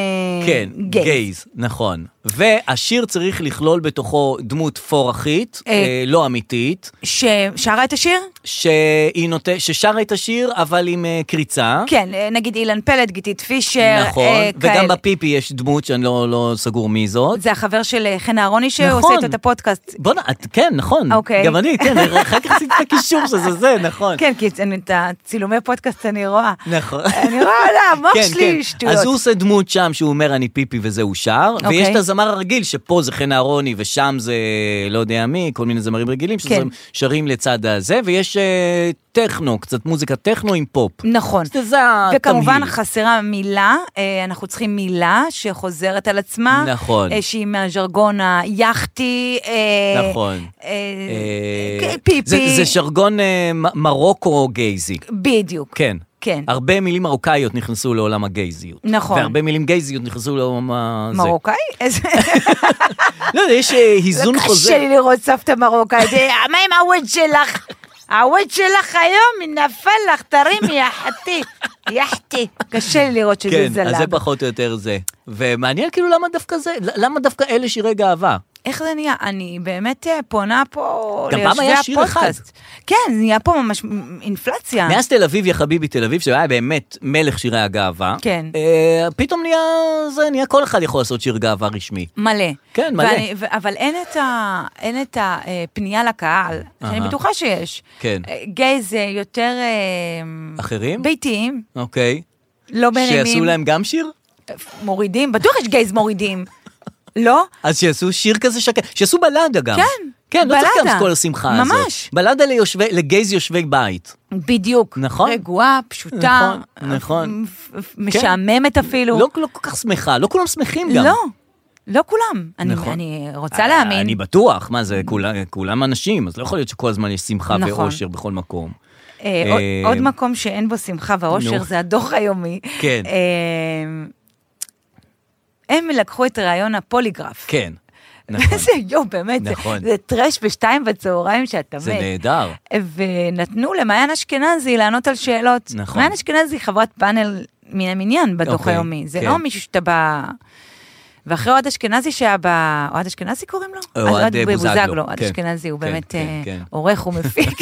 S3: כן,
S4: גייז.
S3: גייז, נכון. והשיר צריך לכלול בתוכו דמות פורחית,
S4: אה,
S3: אה, לא אמיתית,
S4: ששרה את השיר?
S3: אה? שהיא נות- ששרה את השיר, אבל עם אה, קריצה.
S4: כן, אה, נגיד אילן פלד, גיתית פישר.
S3: נכון,
S4: אה,
S3: וגם
S4: כאלה.
S3: בפיפי יש דמות שאני לא, לא סגור מי זאת.
S4: זה החבר של אה, חן אהרוני שהוא
S3: נכון.
S4: עושה איתו את הפודקאסט.
S3: בואנה, את- כן, נכון.
S4: אוקיי.
S3: גם אני, כן, אחר כך עשיתי את הקישור שזה זה, נכון.
S4: כן, כי אני- את הצילומי פודקאסט אני רואה.
S3: נכון.
S4: אני רואה, לא, המוח
S3: כן,
S4: שלי
S3: כן.
S4: שטויות.
S3: אז הוא עושה דמות שם שהוא אומר אני פיפי וזה הוא שר,
S4: אוקיי.
S3: ויש את הזמר הרגיל שפה זה חן אהרוני ושם זה לא יודע מי, כל מיני זמרים רגילים שזה
S4: כן.
S3: שרים לצד הזה, ויש אה, טכנו, קצת מוזיקה טכנו עם פופ.
S4: נכון.
S3: אז זה התמהיל.
S4: וכמובן חסרה מילה, אה, אנחנו צריכים מילה שחוזרת על עצמה.
S3: נכון.
S4: אה, שהיא מהז'רגון היאכטי. אה,
S3: נכון.
S4: אה,
S3: אה,
S4: אה, פיפי.
S3: זה- זה ז'רגון אה, מ- מרוקו-גייזי.
S4: בדיוק.
S3: כן.
S4: כן.
S3: הרבה מילים מרוקאיות נכנסו לעולם הגייזיות.
S4: נכון.
S3: והרבה מילים גייזיות נכנסו לעולם ה... זה.
S4: מרוקאי? איזה...
S3: לא, יודע, יש אה, איזון
S4: קשה
S3: חוזר.
S4: לי לראות סבתא מרוקאית. אה, מה עם הווד שלך? הווד שלך היום נפל לך, תרימי, יחתי. יחתי. קשה לי לראות שזה
S3: כן, אז זה
S4: זלג.
S3: פחות או יותר זה. ומעניין כאילו למה דווקא זה, למה דווקא אלה שירי גאווה?
S4: איך זה נהיה? אני באמת אה, פונה פה
S3: גם
S4: ליושבי
S3: פעם
S4: הפודקאסט.
S3: היה שיר
S4: כן, נהיה פה ממש אינפלציה.
S3: מאז תל אביב, יא חביבי תל אביב, שהיה באמת מלך שירי הגאווה,
S4: כן.
S3: אה, פתאום נהיה, זה נהיה כל אחד יכול לעשות שיר גאווה רשמי.
S4: מלא.
S3: כן, מלא.
S4: ואני, ו- אבל אין את, ה, אין את הפנייה לקהל, שאני
S3: אהה.
S4: בטוחה שיש.
S3: כן.
S4: אה, גייז אה, יותר... אה,
S3: אחרים?
S4: ביתיים,
S3: אוקיי.
S4: לא מרימים.
S3: שיעשו להם גם שיר?
S4: מורידים, בטוח יש גייז מורידים. לא?
S3: אז שיעשו שיר כזה שקט, שיעשו בלדה גם.
S4: כן,
S3: כן, לא צריך
S4: בלדה.
S3: גם את כל השמחה הזאת.
S4: ממש.
S3: בלדה ליושבי, לגייז יושבי בית.
S4: בדיוק.
S3: נכון.
S4: רגועה, פשוטה.
S3: נכון, נכון.
S4: אה, משעממת אפילו.
S3: לא לא כל כך שמחה, לא כולם שמחים גם.
S4: כאילו-
S3: נכון. אה,
S4: לא, לא כולם. אני- אני רוצה להאמין.
S3: אני בטוח, מה זה, כולם- כולם אנשים, אז לא יכול להיות שכל הזמן יש שמחה
S4: נכון.
S3: ואושר בכל מקום.
S4: אה, עוד-
S3: אה,
S4: עוד מקום שאין בו שמחה ואושר
S3: נו.
S4: זה הדוח היומי.
S3: כן.
S4: אה, הם לקחו את רעיון הפוליגרף.
S3: כן, נכון,
S4: איזה יום, באמת, זה-
S3: נכון.
S4: זה טרש בשתיים בצהריים שאתה מת.
S3: זה נהדר.
S4: ונתנו למעיין אשכנזי לענות על שאלות.
S3: נכון.
S4: מעיין אשכנזי חברת פאנל מן המניין בדוח
S3: אוקיי,
S4: היומי, זה
S3: כן.
S4: לא מישהו שאתה בא... ואחרי אוהד אשכנזי שהיה ב... אוהד אשכנזי קוראים לו? לא
S3: אוהד
S4: ב-
S3: בוזגלו,
S4: אוהד
S3: כן.
S4: אשכנזי, הוא
S3: כן,
S4: באמת
S3: כן,
S4: אה,
S3: כן.
S4: עורך ומפיק.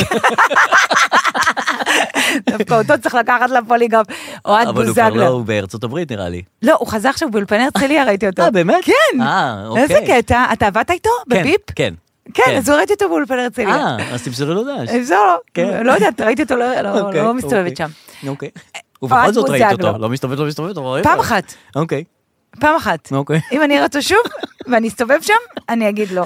S4: דווקא אותו צריך לקחת לפוליגרף. אוהד
S3: אבל הוא כבר לא,
S4: בוזגלו.
S3: הוא בארצות הברית נראה לי.
S4: לא, הוא חזר עכשיו באולפני הרצליה, ראיתי אותו.
S3: אה, באמת?
S4: כן.
S3: אה, אוקיי.
S4: איזה קטע, אתה עבדת איתו?
S3: כן,
S4: בביפ?
S3: כן.
S4: כן, אז הוא ראיתי אותו באולפני הרצליה.
S3: אה, אז תמסרו לו דש.
S4: אמסור
S3: כן.
S4: לו, לא יודעת, ראיתי אותו, לא- לא
S3: אוקיי,
S4: לא מסתובבת
S3: אוקיי.
S4: שם. אה,
S3: אוקיי. ובכל זאת ראית
S4: בוזגלו.
S3: אותו, לא מסתובבת, לא מסתובבת, אבל ראית.
S4: פעם אחת,
S3: אוקיי,
S4: פעם אחת.
S3: אוקיי.
S4: אם אני אראה אותו שוב, ואני אסתובב שם, אני אגיד לא.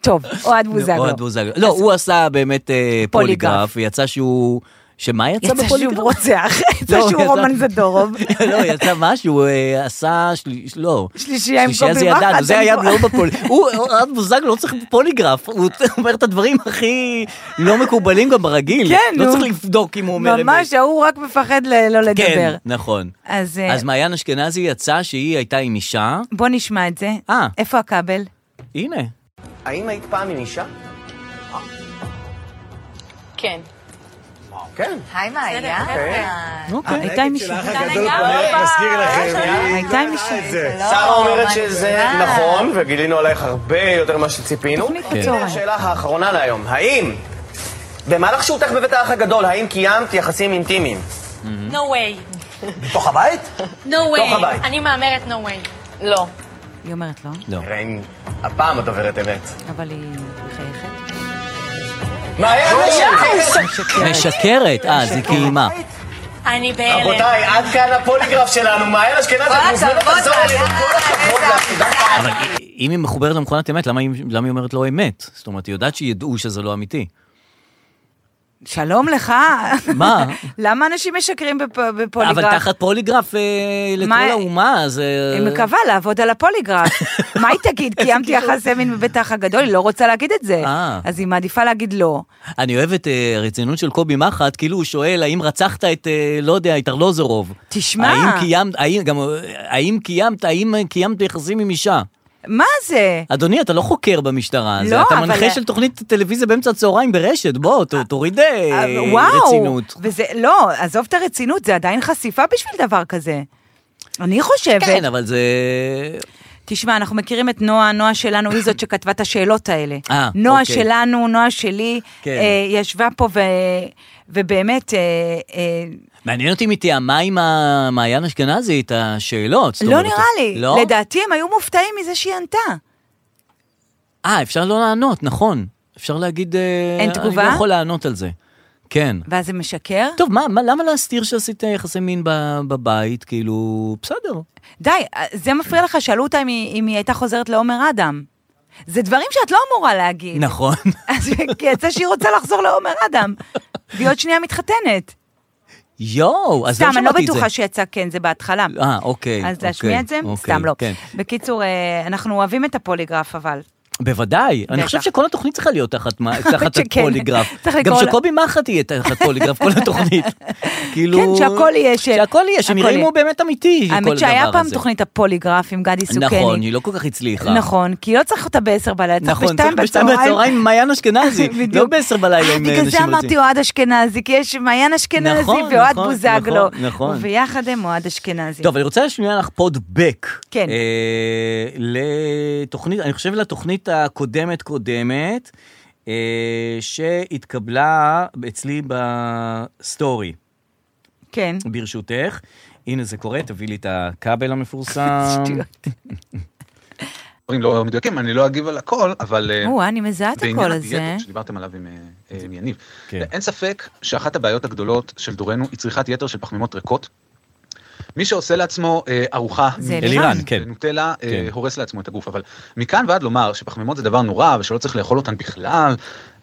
S4: טוב, אוהד
S3: אוהד
S4: בוזגלו.
S3: בוזגלו. לא, הוא עשה באמת אה,
S4: פוליגרף.
S3: פוליגרף, ויצא שהוא... שמה יצא
S4: יצא שהוא
S3: בפוליגרף?
S4: רוצח, יצא
S3: לא,
S4: שהוא
S3: יצא-
S4: רומן זדורוב.
S3: לא, יצא משהו, אה, עשה, של- לא.
S4: שלישייה עם
S3: שלישייה זה
S4: קובי מחט,
S3: ידענו, זה
S4: אני
S3: היה
S4: פה.
S3: לא בפוליגרף. הוא, אוהד בוזגלו לא צריך פוליגרף, הוא אומר את הדברים הכי לא מקובלים גם ברגיל.
S4: כן,
S3: לא
S4: נו.
S3: צריך לבדוק אם הוא אומר אמת.
S4: ממש, ההוא רק מפחד ל- לא לדבר.
S3: כן, נכון.
S4: אז אה,
S3: אז מעיין אשכנזי יצא שהיא הייתה עם אישה,
S4: בוא נשמע את זה.
S3: אה.
S4: איפה הכבל?
S3: הנה.
S6: האם היית פעם עם אישה?
S7: כן.
S6: כן.
S4: היי, מה היה?
S3: אוקיי.
S4: הייתה עם מישהו. הייתה עם מישהו.
S6: שרה אומרת שזה נכון, וגילינו עלייך הרבה יותר ממה שציפינו.
S4: תוכנית
S6: הנה
S4: בצהריים.
S6: השאלה האחרונה להיום, האם במהלך שהותך בבית האח הגדול, האם קיימת יחסים אינטימיים?
S7: No way.
S6: בתוך הבית?
S7: No way.
S6: הבית.
S7: אני מהמרת no way. לא.
S4: היא אומרת לא,
S6: נראה אם הפעם את דוברת אמת.
S4: אבל היא מחייכת.
S6: מה היה
S4: כן.
S3: משקרת, אה, זה קיימה.
S7: אני בהלם.
S6: רבותיי, עד כאן הפוליגרף שלנו, מעיין אשכנזי, את מוזמנת לחזור אלינו, כל הכבוד לך, תודה
S3: אבל אם היא מחוברת למכונת אמת, למה היא למה היא אומרת לא אמת? זאת אומרת, היא יודעת שידעו שזה לא אמיתי.
S4: שלום לך.
S3: מה?
S4: למה אנשים משקרים בפ- בפוליגרף?
S3: אבל תחת פוליגרף אה, לכל
S4: מה-
S3: האומה, אז... אה,
S4: היא מקווה לעבוד על הפוליגרף. מה היא תגיד? קיימתי יחסי מין בבית האח הגדול, היא לא רוצה להגיד את זה.
S3: אה.
S4: אז היא מעדיפה להגיד לא.
S3: אני אוהב את אה, הרצינות של קובי מחט, כאילו הוא שואל, האם רצחת את, אה, לא יודע, את ארלוזורוב?
S4: תשמע.
S3: האם קיימת, האם, גם, אה, האם קיימת, האם אה, קיימת יחסים עם אישה?
S4: מה זה?
S3: אדוני, אתה לא חוקר במשטרה, זה
S4: לא,
S3: אתה
S4: אבל-
S3: מנחה של תוכנית טלוויזיה באמצע הצהריים ברשת, בוא, ת- תוריד אה,
S4: וואו.
S3: רצינות.
S4: וזה, לא, עזוב את כן. הרצינות, זה עדיין חשיפה בשביל דבר כזה. אני חושבת.
S3: כן, אבל זה...
S4: תשמע, אנחנו מכירים את נועה, נועה שלנו היא זאת שכתבה את השאלות האלה.
S3: אה,
S4: נועה
S3: אוקיי.
S4: שלנו, נועה שלי,
S3: כן.
S4: אה, ישבה פה ו... ובאמת, אה, אה,
S3: מעניין אותי אם היא תיאמה עם המעיין אשכנזי את השאלות. זאת
S4: לא
S3: אומרת,
S4: נראה לי.
S3: לא?
S4: לדעתי הם היו מופתעים מזה שהיא ענתה.
S3: אה, אפשר לא לענות, נכון. אפשר להגיד... אה,
S4: אין
S3: אני
S4: תגובה?
S3: לא יכול לענות על זה. כן.
S4: ואז זה משקר?
S3: טוב, מה, מה, למה להסתיר שעשית יחסי מין ב- בבית? כאילו, בסדר.
S4: די, אה, זה מפריע לך, שאלו אותה אם היא, אם היא הייתה חוזרת לעומר אדם. זה דברים שאת לא אמורה להגיד.
S3: נכון.
S4: אז כי יצא שהיא רוצה לחזור לעומר אדם. והיא עוד שנייה מתחתנת.
S3: יואו, אז לא
S4: סתם,
S3: שמעתי את זה.
S4: אני לא בטוחה שיצא כן, זה בהתחלה.
S3: אה, אוקיי.
S4: אז להשמיע
S3: אוקיי,
S4: את זה?
S3: אוקיי,
S4: סתם לא.
S3: כן.
S4: בקיצור, אה, אנחנו אוהבים את הפוליגרף, אבל.
S3: בוודאי, אני
S4: בטח.
S3: חושב שכל התוכנית צריכה להיות תחת מה- תחת
S4: שכן.
S3: הפוליגרף.
S4: צריך
S3: גם
S4: לקרוא לה-
S3: שקובי מחט יהיה תחת פוליגרף, כל התוכנית. כאילו...
S4: כן, שהכל יהיה ש-
S3: שהכל יהיה,
S4: הכל
S3: שנראה אם
S4: יהיה.
S3: הוא באמת אמיתי, כל הדבר הזה.
S4: האמת שהיה פעם תוכנית הפוליגרף עם גדי סוכני.
S3: נכון, היא לא כל כך הצליחה.
S4: נכון, כי לא צריך אותה ב-10 בלילה, צריך
S3: נכון, צריך
S4: ב-2
S3: בשתיים בצהריים עם מעיין אשכנזי,
S4: בדיוק.
S3: לא בעשר בלילה
S4: אה,
S3: עם אה,
S4: בגלל
S3: נשים
S4: זה
S3: רוצים.
S4: אמרתי אוהד אשכנזי, כי יש מעיין אשכנזי
S3: נכון,
S4: ואוהד
S3: נכון,
S4: בוזגלו.
S3: נכון, נכון.
S4: וביחד הם אוהד אשכנזי.
S3: טוב, אני רוצה שנייה לחפוד בק.
S4: כן.
S3: אה, לתוכנית, אני חושב לתוכנית הקודמת קודמת, אה, שהתקבלה אצלי בסטורי,
S4: כן.
S3: ברשותך. הנה זה קורה, תביא לי את הכבל המפורסם.
S4: שטויות.
S8: דברים לא מדויקים, אני לא אגיב על הכל, אבל... אה,
S4: או, אני מזהה את
S8: בעניין
S4: הקול הזה.
S8: הדיאטות שדיברתם עליו עם, אה, אה, עם יניב,
S3: כן.
S8: אין ספק שאחת הבעיות הגדולות של דורנו היא צריכת יתר של פחמימות ריקות. מי שעושה לעצמו אה, ארוחה
S4: זה
S8: מ-
S4: אלירן,
S3: כן.
S8: נוטלה, אה,
S3: כן.
S8: הורס לעצמו את הגוף, אבל מכאן ועד לומר שפחמימות זה דבר נורא ושלא צריך לאכול אותן בכלל,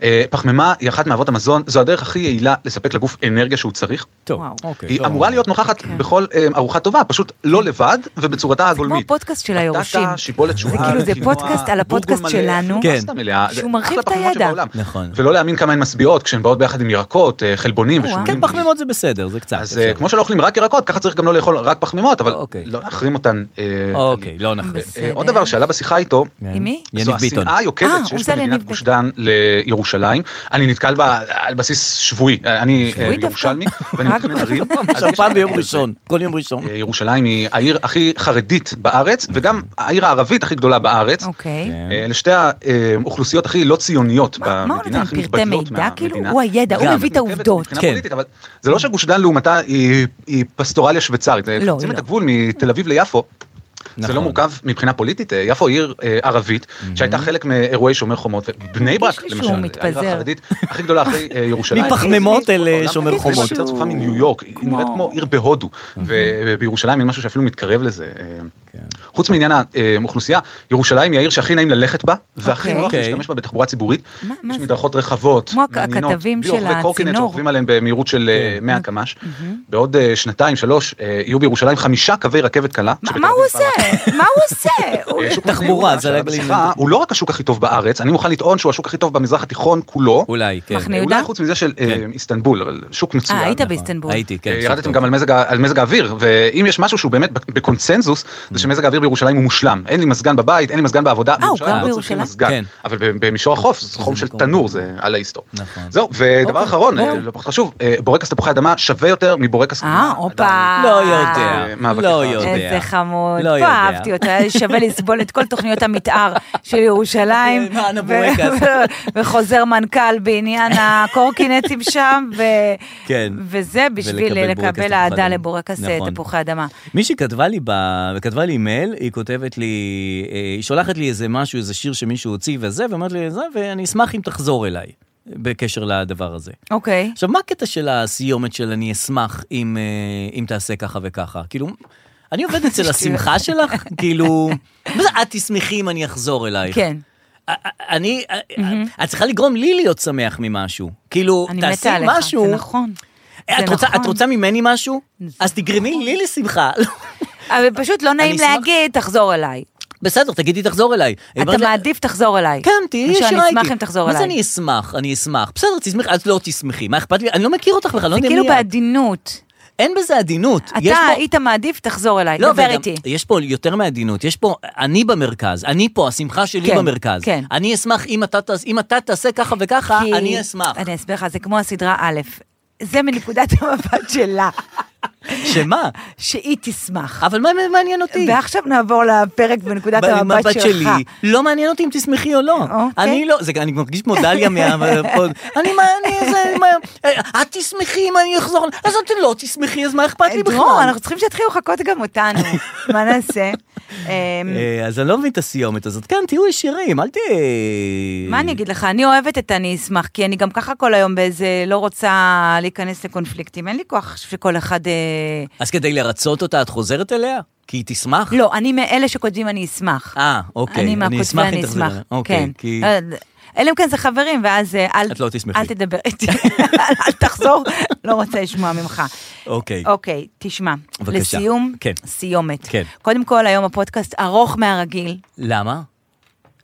S8: אה, פחמימה היא אחת מאבות המזון, זו הדרך הכי יעילה לספק לגוף אנרגיה שהוא צריך.
S3: טוב,
S4: וואו.
S3: אוקיי.
S8: היא
S3: טוב.
S8: אמורה להיות נוכחת
S4: כן.
S8: בכל אה, ארוחה טובה, פשוט לא לבד ובצורתה
S4: כמו
S8: הגולמית.
S4: הפודקאסט של
S8: בטטה,
S4: היורשים.
S8: שיבולת שועל,
S4: כאילו, זה
S8: קינוח,
S4: פודקאסט על הפודקאסט
S8: בורגול מלא,
S4: שלנו.
S8: פשוט
S3: כן.
S8: פסטה מלאה.
S4: שהוא
S8: זה
S4: מרחיב
S8: אחלה
S4: את
S8: פחמימות
S4: הידע.
S8: שבעולם.
S3: נכון.
S8: ולא להאמין כמה הן משביעות כשהן באות ביחד עם ירקות, אה, חלבונים
S4: וואו.
S8: ושומנים.
S3: כן, פחמימות זה בסדר, זה קצת.
S8: אז
S3: אפשר.
S8: אה, כמו שלא אוכלים רק ירקות, ככה צריך גם לא לאכול רק פחמימות, אבל
S3: אוקיי.
S8: לא להחרים אותן. אה,
S3: אוקיי, לא נחליט.
S8: אה, עוד דבר שעלה בשיחה איתו,
S4: עם מי?
S3: יניב ביטון.
S8: זו השנאה
S4: אה,
S8: היוקדת
S4: הוא
S8: שיש
S4: זה ליניב
S8: במדינת
S4: ביטון.
S8: גוש דן לירושלים. אני נתקל בה על בסיס שבועי. אה, אני אה,
S4: שבועי דווקא.
S8: ירושלמי, ואני
S4: רק-
S8: מתכנן ערים. אז
S3: עכשיו
S8: יש
S3: פעם
S8: לי-
S3: ביום ראשון, כל יום ראשון.
S8: אה, ירושלים היא העיר הכי חרדית בארץ, וגם העיר הערבית הכי גדולה בארץ.
S4: אוקיי.
S3: כן.
S8: אה, אלה שתי האוכלוסיות הכי לא ציוניות
S4: מה מה הוא
S8: במדינה,
S4: נותן?
S8: הכי
S4: פרטי
S8: מתבדלות
S4: מידע? כאילו,
S8: מהמדינה.
S4: הוא הידע, הוא
S3: גם.
S4: מביא את
S8: מורכבת
S4: העובדות.
S8: מבחינה
S3: כן.
S8: פוליטית, אבל זה לא שגוש דן לעומתה היא היא פסטורליה שוויצרית.
S4: לא,
S8: חוצים
S4: לא.
S8: את הגבול מתל אביב ליפו. זה
S3: נכון.
S8: לא מורכב מבחינה פוליטית, אה, יפו היא עיר אה, ערבית שהייתה חלק מאירועי שומר חומות, בני ברק
S4: Mhm. לי שהוא
S8: למשל, העיר
S4: מתפזר.
S8: החרדית הכי גדולה אחרי אה, ירושלים.
S3: מפחמימות אל אה,
S8: בעולם
S3: שומר
S8: יש
S3: חומות.
S8: יותר צופה מניו יורק, היא נראית כמו עיר בהודו, ובירושלים אין משהו שאפילו מתקרב לזה. אה,
S4: כן.
S8: חוץ מעניין האוכלוסייה, ירושלים היא העיר שהכי נעים ללכת בה, והכי
S4: אוקיי.
S8: נוח
S3: אוקיי.
S8: להשתמש בה בתחבורה ציבורית.
S4: מה- מה
S8: יש
S4: זה?
S8: מדרכות רחבות,
S4: כמו הכ-
S8: מעניינות,
S4: הכתבים
S8: בלי
S4: של
S8: רוכבי קורקינט
S4: הצינור. כן.
S8: שרוכבים עליהם במהירות של אה, 100 קמ"ש. בעוד אה, שנתיים, שלוש, אה, יהיו בירושלים חמישה קווי רכבת קלה.
S4: מה-
S8: שבתל
S4: מה הוא
S8: אביב פעם
S4: עושה? מה הוא עושה? הוא-
S8: שוק
S3: תחבורה,
S8: מחנה
S3: זה
S8: יהודה,
S3: רק
S8: שעליו
S3: בלי-
S8: שיחה, הוא לא רק השוק הכי טוב בארץ, אני מוכן לטעון שהוא השוק הכי טוב במזרח התיכון כולו.
S3: אולי, כן.
S4: מחנה
S8: אולי
S4: יהודה?
S8: חוץ מזה של אה, איסטנבול, אבל שוק מצוין.
S4: כן.
S8: נכון.
S4: אה, היית באיסטנבול.
S3: הייתי, כן.
S8: אה,
S3: שוב
S8: ירדתם
S3: טוב.
S8: גם על מזג, ה- על מזג האוויר, ואם יש משהו שהוא באמת בק- בקונצנזוס, זה
S3: Mm.
S8: שמזג האוויר בירושלים הוא מושלם. אין לי מזגן בבית, אין לי מזגן בעבודה,
S4: אה, הוא
S8: בירושלים
S4: גר
S8: לא צריכים
S4: בירושלים?
S8: מזגן.
S3: כן.
S8: אבל ב- במישור החוף, זה חום של תנור, זה על ההיסטור.
S3: נכון.
S8: זהו, ודבר
S4: אוקיי.
S8: אחרון, אה,
S4: אוקיי.
S8: לא פחות חשוב, אה, בורקס תפוחי אדמה שווה יותר מבורקס...
S4: אה,
S8: גבינה. אדם,
S4: הופה.
S3: לא יודע,
S8: אה, מאבק
S3: לא
S8: אחד.
S3: יודע.
S4: איזה חמוד.
S3: לא
S4: פה
S3: יודע.
S4: אהבתי אותו, היה שווה לסבול את כל תוכניות המתאר של ירושלים.
S3: כן, מה, אנה
S4: ו-
S3: בורקס.
S4: ו- וחוזר מנכ"ל בעניין הקורקינטים שם, ו-
S3: כן.
S4: וזה בשביל
S3: ולקבל בורקס
S4: לקבל
S3: תפוחי
S4: אהדה
S3: אדמה.
S4: לבורקס אה,
S3: נכון.
S4: תפוחי אדמה.
S3: מישהי כתבה לי, ב... כתבה לי מייל, היא כותבת לי, אה, היא שולחת לי איזה משהו, איזה שיר שמישהו הוציא וזה, ואומרת לי זה, ואני אשמח אם תחזור אליי בקשר לדבר הזה.
S4: אוקיי.
S3: עכשיו, מה הקטע של הסיומת של אני אשמח אם, אה, אם תעשה ככה וככה? כאילו, אני עובד אצל השמחה שלך, כאילו, מה זה את תשמחי אם אני אחזור אלייך?
S4: כן.
S3: א- א- אני, א- א- את צריכה לגרום לי להיות שמח ממשהו. כאילו,
S4: אני
S3: תעשי
S4: מתה עליך,
S3: משהו.
S4: זה נכון.
S3: אה, את
S4: זה
S3: רוצה-
S4: נכון.
S3: את רוצה ממני משהו? אז תגרמי לי לשמחה.
S4: אבל פשוט לא נעים
S3: אשמח-
S4: להגיד, תחזור אליי.
S3: בסדר, תגידי, תחזור אליי. היא
S4: אתה
S3: אומרת לה,
S4: מעדיף תחזור אליי.
S3: כן, תהיי
S4: מאשר
S3: ישירה איתי.
S4: אני אשמח אם תחזור
S3: מה זה
S4: אליי.
S3: אני אשמח? אני אשמח. בסדר, תשמח, את לא תשמחי. מה אכפת לי? אני לא מכיר אותך בכלל, לא
S4: זה
S3: יודע
S4: כאילו
S3: מי את.
S4: בעדינות.
S3: אין בזה עדינות. יש
S4: אתה
S3: פה-
S4: היית מעדיף, תחזור אליי.
S3: לא,
S4: דבר
S3: וגם-
S4: איתי.
S3: יש פה יותר מעדינות, יש פה, אני במרכז, אני פה, השמחה שלי
S4: כן,
S3: במרכז.
S4: כן.
S3: אני אשמח אם אתה תעש- אם אתה תעשה ככה וככה,
S4: כי-
S3: אני אשמח.
S4: אני אסביר לך, זה כמו הסדרה א', זה מנקודת המבט שלה.
S3: שמה?
S4: שהיא תשמח.
S3: אבל מה מה מעניין אותי?
S4: ועכשיו נעבור לפרק בנקודת המבט
S3: במבט
S4: שלך. אה,
S3: שלי, לא מעניין אותי אם תשמחי או לא.
S4: אוקיי.
S3: אני לא, זה, אני מרגיש כמו דליה מהפוד. אני מה, אני זה, מה, אה, את תשמחי אם אני אחזור, אז את לא תשמחי, אז מה אכפת לי
S4: אה, דרור,
S3: אוקיי, בכלל?
S4: אנחנו צריכים שיתחילו לחכות גם אותנו. מה נעשה? אמ,
S3: אה, אז אני לא מבין את הסיומת הזאת. כן, תהיו ישירים, אל ת...
S4: מה אני אגיד לך? אני אוהבת את אני אשמח, כי אני גם ככה כל היום באיזה, לא רוצה להיכנס לקונפליקטים. אין לי כוח שכל אחד... אה,
S3: אז כדי לרצות אותה, את חוזרת אליה? כי היא תשמח?
S4: לא, אני מאלה שכותבים אני אשמח.
S3: אה, אוקיי.
S4: אני מהכותבי
S3: אם
S4: אני
S3: תחזרי
S4: אשמח.
S3: אליה. אוקיי, כי...
S4: אה, אלא אם כן זה חברים, ואז אה, אל...
S3: את לא תשמחי.
S4: אל תדבר איתי. אל תחזור, לא רוצה לשמוע ממך.
S3: אוקיי.
S4: אוקיי, תשמע.
S3: בבקשה.
S4: לסיום,
S3: כן.
S4: סיומת.
S3: כן.
S4: קודם כל, היום הפודקאסט ארוך מהרגיל.
S3: למה?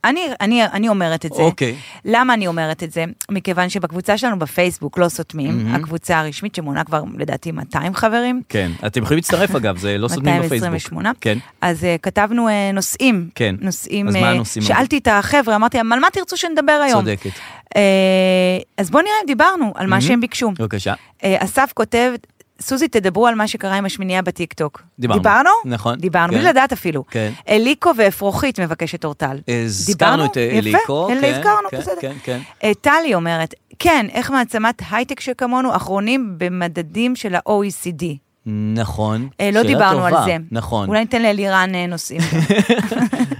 S4: אני, אני, אני אומרת את זה.
S3: אוקיי.
S4: למה אני אומרת את זה? מכיוון שבקבוצה שלנו בפייסבוק, לא סותמים, mm-hmm. הקבוצה הרשמית שמונה כבר לדעתי 200 חברים.
S3: כן. אתם יכולים להצטרף, אגב, זה לא סותמים בפייסבוק.
S4: 228.
S3: כן.
S4: אז uh, כתבנו uh, נושאים.
S3: כן.
S4: נושאים.
S3: אז מה
S4: אה,
S3: הנושאים
S4: שאלתי את החבר'ה, אמרתי להם, על מה תרצו שנדבר היום?
S3: צודקת.
S4: Uh, אז בואו נראה אם דיברנו על מה שהם ביקשו.
S3: בבקשה.
S4: אה, אסף כותב, סוזי, תדברו על מה שקרה עם השמינייה בטיקטוק.
S3: דיברנו.
S4: דיברנו?
S3: נכון.
S4: דיברנו,
S3: כן.
S4: בלי לדעת אפילו.
S3: כן.
S4: אליקו ואפרוחית מבקשת אורטל.
S3: הזכרנו את
S4: דיברנו?
S3: אליקו,
S4: יפה,
S3: כן,
S4: אלה הזכרנו,
S3: כן,
S4: בסדר.
S3: כן, כן.
S4: אה, טלי אומרת, כן, איך מעצמת הייטק שכמונו אחרונים במדדים של ה-OECD.
S3: נכון.
S4: אה, לא
S3: שאלה
S4: דיברנו
S3: טובה.
S4: על זה.
S3: נכון.
S4: אולי ניתן לאלירן אה, נושאים.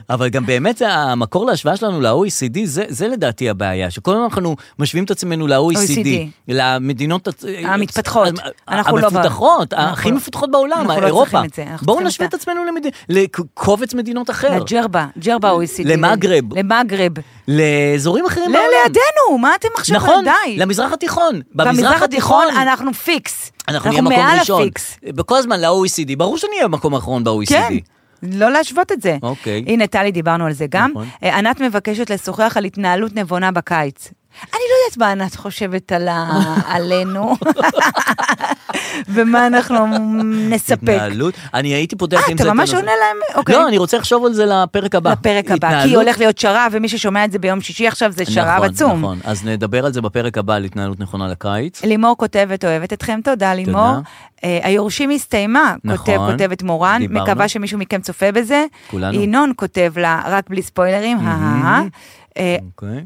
S3: אבל גם באמת המקור להשוואה שלנו ל-OECD, זה, זה לדעתי הבעיה, שכל הזמן אנחנו משווים את עצמנו ל-OECD,
S4: OECD.
S3: למדינות... הצ-
S4: E המתפתחות.
S3: ה-
S4: אנחנו לא ב-
S3: המפותחות,
S4: אנחנו
S3: הכי
S4: לא-
S3: מפותחות בעולם,
S4: אנחנו לא
S3: אירופה.
S4: צריכים את זה, אנחנו
S3: בואו
S4: צריכים
S3: נשווה את
S4: את ה-
S3: עצמנו למד... לקובץ מדינות אחר,
S4: לג'רבה, אה, ג'רבה OECD.
S3: למגרב.
S4: למגרב. לא,
S3: לאזורים אה, אחרים בעולם.
S4: לידינו, מה אתם עכשיו?
S3: נכון,
S4: די.
S3: למזרח התיכון.
S4: במזרח התיכון אנחנו פיקס.
S3: אנחנו נהיה מקום
S4: מעל
S3: ראשון.
S4: הפיקס.
S3: בכל הזמן ל-OECD, ברור שנהיה במקום האחרון E ב-OECD.
S4: כן. לא להשוות את זה.
S3: אוקיי.
S4: הנה, טלי, דיברנו על זה גם.
S3: נכון.
S4: אה, ענת מבקשת לשוחח על התנהלות נבונה בקיץ. אני לא יודעת מה ענת חושבת על ה... עלינו, ומה אנחנו נספק.
S3: התנהלות, אני הייתי פותח
S4: כן, אה,
S3: עם
S4: אתה
S3: זה... את
S4: ממש
S3: הנושא.
S4: עונה להם? אוקיי.
S3: לא, אני רוצה לחשוב על זה לפרק הבא.
S4: לפרק הבא, כי
S3: התנהלות-
S4: הולך להיות שרב, ומי ששומע את זה ביום שישי עכשיו זה שרב
S3: נכון,
S4: עצום.
S3: נכון, אז נדבר על זה בפרק הבא, על התנהלות נכונה לקיץ.
S4: לימור כותבת, אוהבת אתכם, תודה לימור. אה, היורשים הסתיימה, כותב,
S3: נכון,
S4: כותבת מורן,
S3: דיברנו.
S4: מקווה שמישהו מכם צופה בזה.
S3: כולנו.
S4: ינון כותב לה, רק בלי ספוילרים, אהה. אה,
S3: אוקיי.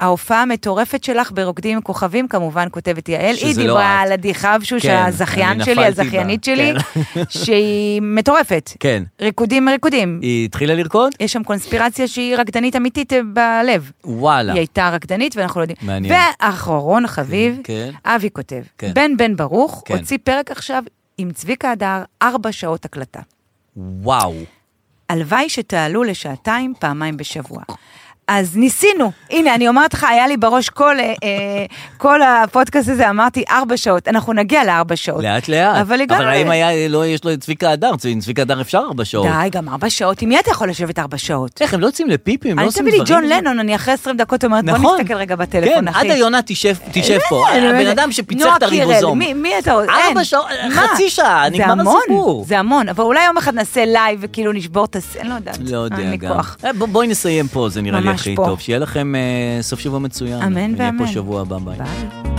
S4: ההופעה המטורפת שלך ברוקדים עם כוכבים, כמובן כותבת יעל,
S3: שזה
S4: היא
S3: לא
S4: דיברה
S3: את.
S4: על עדי חבשוש,
S3: כן,
S4: הזכיין
S3: אני
S4: שלי,
S3: נפלתי בה,
S4: הזכיינית שלי,
S3: כן.
S4: שהיא מטורפת.
S3: כן.
S4: ריקודים ריקודים.
S3: היא התחילה לרקוד?
S4: יש שם קונספירציה שהיא רקדנית אמיתית אה, בלב.
S3: וואלה.
S4: היא הייתה רקדנית ואנחנו לא יודעים.
S3: מעניין.
S4: ואחרון חביב,
S3: כן.
S4: אבי כותב,
S3: כן.
S4: בן בן ברוך
S3: כן.
S4: הוציא פרק עכשיו עם צביקה הדר, ארבע שעות הקלטה.
S3: וואו.
S4: הלוואי שתעלו לשעתיים פעמיים בשבוע. אז ניסינו, הנה אני אומרת לך, היה לי בראש כל, אה, אה, כל הפודקאסט הזה, אמרתי ארבע שעות, אנחנו נגיע לארבע שעות.
S3: לאט לאט.
S4: אבל הגענו...
S3: אבל האם
S4: ל-
S3: היה, לא, יש לו את צביקה הדר, עם צביקה הדר אפשר ארבע שעות.
S4: די, גם ארבע שעות, עם מי אתה יכול לשבת ארבע שעות?
S3: איך, הם לא יוצאים לפיפים, הם לא
S4: אני
S3: עושים
S4: תביא
S3: דברים.
S4: לי ג'ון לנון, אני אחרי 20 דקות אומרת, בוא
S3: נכון.
S4: נסתכל רגע בטלפון,
S3: כן,
S4: אחי. לא,
S3: עד היונה תשב תשב פה,
S4: אין,
S3: הבן
S4: אין.
S3: אדם שפיצח
S4: נועה
S3: את הריבוזום.
S4: קירל, מי- מי אתה עוד?
S3: ארבע
S4: אין.
S3: שעות,
S4: מה?
S3: חצי שעה,
S4: זה
S3: נגמר
S4: המון,
S3: הסיפור.
S4: זה המון, אבל אולי יום אחד נעשה לייב וכאילו נשבור את הס... אני לא יודעת.
S3: לא
S4: אין
S3: יודע
S4: לי
S3: גם.
S4: כוח.
S3: אה, בוא- בואי נסיים פה, זה נראה לי
S4: ממש
S3: הכי
S4: פה.
S3: טוב. שיהיה לכם אה, סוף שבוע מצוין.
S4: אמן
S3: נהיה
S4: ואמן.
S3: פה שבוע הבא, ביי.
S4: ביי.